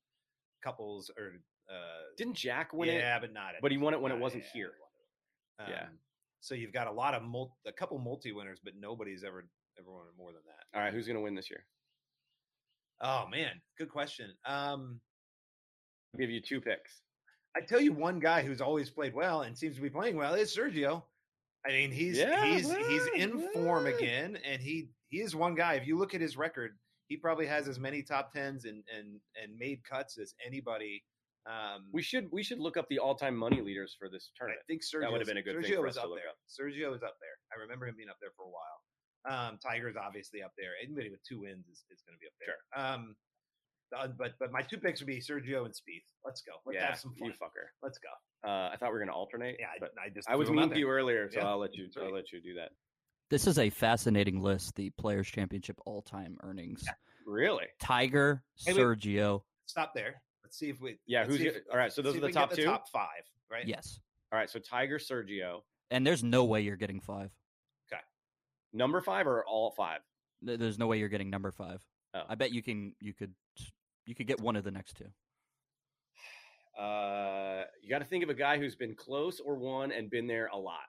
Speaker 2: couples or, uh,
Speaker 1: didn't jack win
Speaker 2: yeah,
Speaker 1: it
Speaker 2: but not at
Speaker 1: but he won it when it
Speaker 2: not-
Speaker 1: wasn't
Speaker 2: yeah,
Speaker 1: here
Speaker 2: Um,
Speaker 1: Yeah.
Speaker 2: So you've got a lot of mul- a couple multi winners, but nobody's ever ever won more than that.
Speaker 1: all right who's gonna win this year
Speaker 2: Oh man, good question. Um,
Speaker 1: I'll give you two picks
Speaker 2: I tell you, one guy who's always played well and seems to be playing well is Sergio. I mean, he's
Speaker 1: Yeah,
Speaker 2: he's he's
Speaker 1: yeah,
Speaker 2: in form
Speaker 1: yeah.
Speaker 2: again, and he he is one guy. If you look at his record, he probably has as many top tens and and and made cuts as anybody. Um,
Speaker 1: we should we should look up the all-time money leaders for this
Speaker 2: I
Speaker 1: tournament
Speaker 2: think Sergio
Speaker 1: would've been a good
Speaker 2: Sergio
Speaker 1: thing for
Speaker 2: was
Speaker 1: us to
Speaker 2: up
Speaker 1: look
Speaker 2: there.
Speaker 1: up.
Speaker 2: Sergio is up there. I remember him being up there for a while. Um, Tiger's obviously up there. Anybody with two wins is, is going to be up there. Um, uh, but but my two picks would be Sergio and Spieth. Let's go. Let's
Speaker 1: yeah
Speaker 2: have some
Speaker 1: you
Speaker 2: fun.
Speaker 1: fucker
Speaker 2: Let's go.
Speaker 1: uh, i thought we were gonna alternate
Speaker 2: Yeah,
Speaker 1: but
Speaker 2: I, I just
Speaker 1: i was
Speaker 2: threw 'em out
Speaker 1: mean to you
Speaker 2: there.
Speaker 1: earlier so
Speaker 2: Yeah,
Speaker 1: i'll let you
Speaker 2: that's
Speaker 1: i'll
Speaker 2: right.
Speaker 1: let you do that
Speaker 4: This is a fascinating list. The Players Championship all time earnings:
Speaker 1: really
Speaker 4: Tiger,
Speaker 2: Hey, wait.
Speaker 4: Sergio.
Speaker 2: Stop there. Let's see if we.
Speaker 1: Yeah,
Speaker 2: let's
Speaker 1: who's
Speaker 2: see
Speaker 1: your- all right, so those
Speaker 2: let's see
Speaker 1: are
Speaker 2: if
Speaker 1: the
Speaker 2: we can get
Speaker 1: top two?
Speaker 2: top five, right?
Speaker 4: Yes,
Speaker 1: all right so tiger sergio
Speaker 4: and there's no way you're getting five.
Speaker 1: Number five or all five?
Speaker 4: Th- There's no way you're getting number five.
Speaker 1: Oh.
Speaker 4: I bet you can. You could. You could get one of the next two.
Speaker 1: Uh, you got to think of a guy who's been close or won and been there a lot.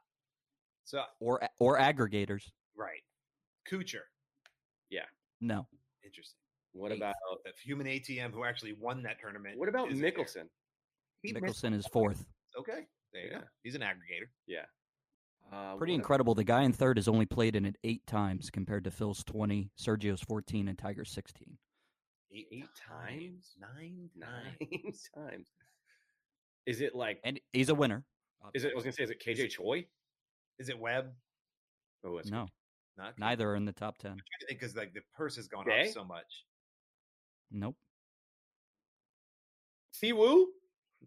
Speaker 2: So
Speaker 4: or a- or aggregators.
Speaker 2: right, Kucher.
Speaker 4: No,
Speaker 2: Interesting.
Speaker 1: What
Speaker 4: Eighth.
Speaker 1: about
Speaker 2: The human ATM who actually won that tournament.
Speaker 1: what about
Speaker 2: is in there.
Speaker 1: Mickelson?
Speaker 2: He missed-
Speaker 4: Mickelson is fourth.
Speaker 2: Okay, there you
Speaker 1: Yeah.
Speaker 2: go. He's an aggregator.
Speaker 1: Uh,
Speaker 4: Pretty
Speaker 1: what-
Speaker 4: incredible. The guy in third has only played in it eight times compared to Phil's 20, Sergio's 14, and Tiger's 16.
Speaker 1: Eight, times? Nine? [laughs] Nine [laughs] times. Is it like,
Speaker 4: And he's a winner.
Speaker 1: is it, I was going to say, is it KJ Choi?
Speaker 2: Is it Webb?
Speaker 1: Oh, it's
Speaker 4: No,
Speaker 2: Not I'm
Speaker 4: neither are in the top 10.
Speaker 2: trying to think because like the purse has gone
Speaker 1: Day?
Speaker 2: up so much.
Speaker 4: Nope.
Speaker 1: Siwoo?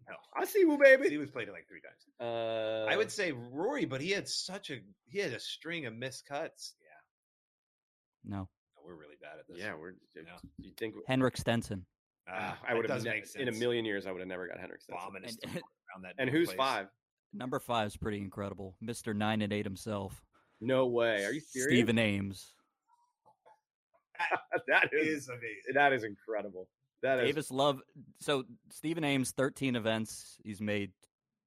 Speaker 2: No,
Speaker 1: I see Woo,
Speaker 2: he
Speaker 1: baby.
Speaker 2: was played it like three times.
Speaker 1: Uh,
Speaker 2: I would say Rory, but he had such a he had a string of missed cuts. Yeah,
Speaker 4: No.
Speaker 2: no, we're really bad at this.
Speaker 1: Yeah, we're,
Speaker 2: Yeah.
Speaker 1: you think,
Speaker 4: Henrik Stenson.
Speaker 2: Ah,
Speaker 1: I
Speaker 2: that
Speaker 1: would have,
Speaker 2: does
Speaker 1: ne-
Speaker 2: make sense.
Speaker 1: in a million years, I would have never got Henrik Stenson.
Speaker 2: bombing his
Speaker 4: And-
Speaker 2: stomach around that.
Speaker 1: And
Speaker 2: damn
Speaker 1: who's
Speaker 2: place.
Speaker 1: five?
Speaker 4: Number five is pretty incredible. Mr. 9 and 8 himself.
Speaker 1: No way. Are you serious?
Speaker 4: Stephen Ames.
Speaker 1: [laughs] that
Speaker 2: It
Speaker 1: is
Speaker 2: is amazing.
Speaker 1: that is incredible. That is
Speaker 4: Davis Love. So Stephen Ames, 13 events. He's made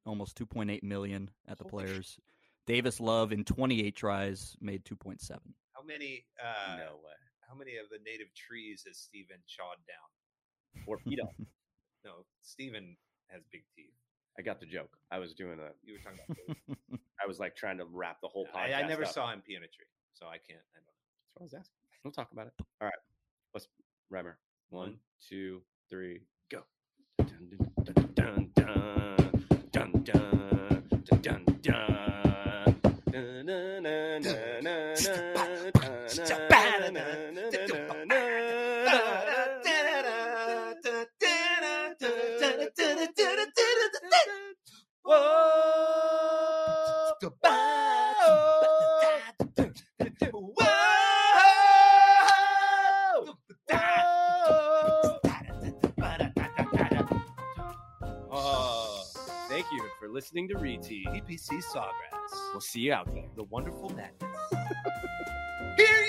Speaker 4: almost 2.8 million at the
Speaker 2: Holy shit.
Speaker 4: players. Davis Love in 28 tries made 2.7.
Speaker 2: How many? Uh,
Speaker 1: no way.
Speaker 2: How many of the native trees has Stephen chawed down?
Speaker 1: Torpedo.
Speaker 2: No, Stephen has big teeth.
Speaker 1: I got the joke. I was doing a.
Speaker 2: You were talking about. those.
Speaker 1: I was like trying to wrap the whole podcast.
Speaker 2: I, I never
Speaker 1: up.
Speaker 2: saw him pee in a tree, so I can't. I don't know.
Speaker 1: That's what I was asking. We'll talk about it. All right. Let's Reimer. One, two, three, go. Dun dun dun dun dun dun dun dun dun. Dun, dun, dun, dun, dun, dun, dun, dun, dun, dun, dun, dun, dun. Whoa! Whoa! Oh, thank you for listening to RT.
Speaker 2: EPC Sawgrass.
Speaker 1: We'll see you out there.
Speaker 2: The wonderful madness. Here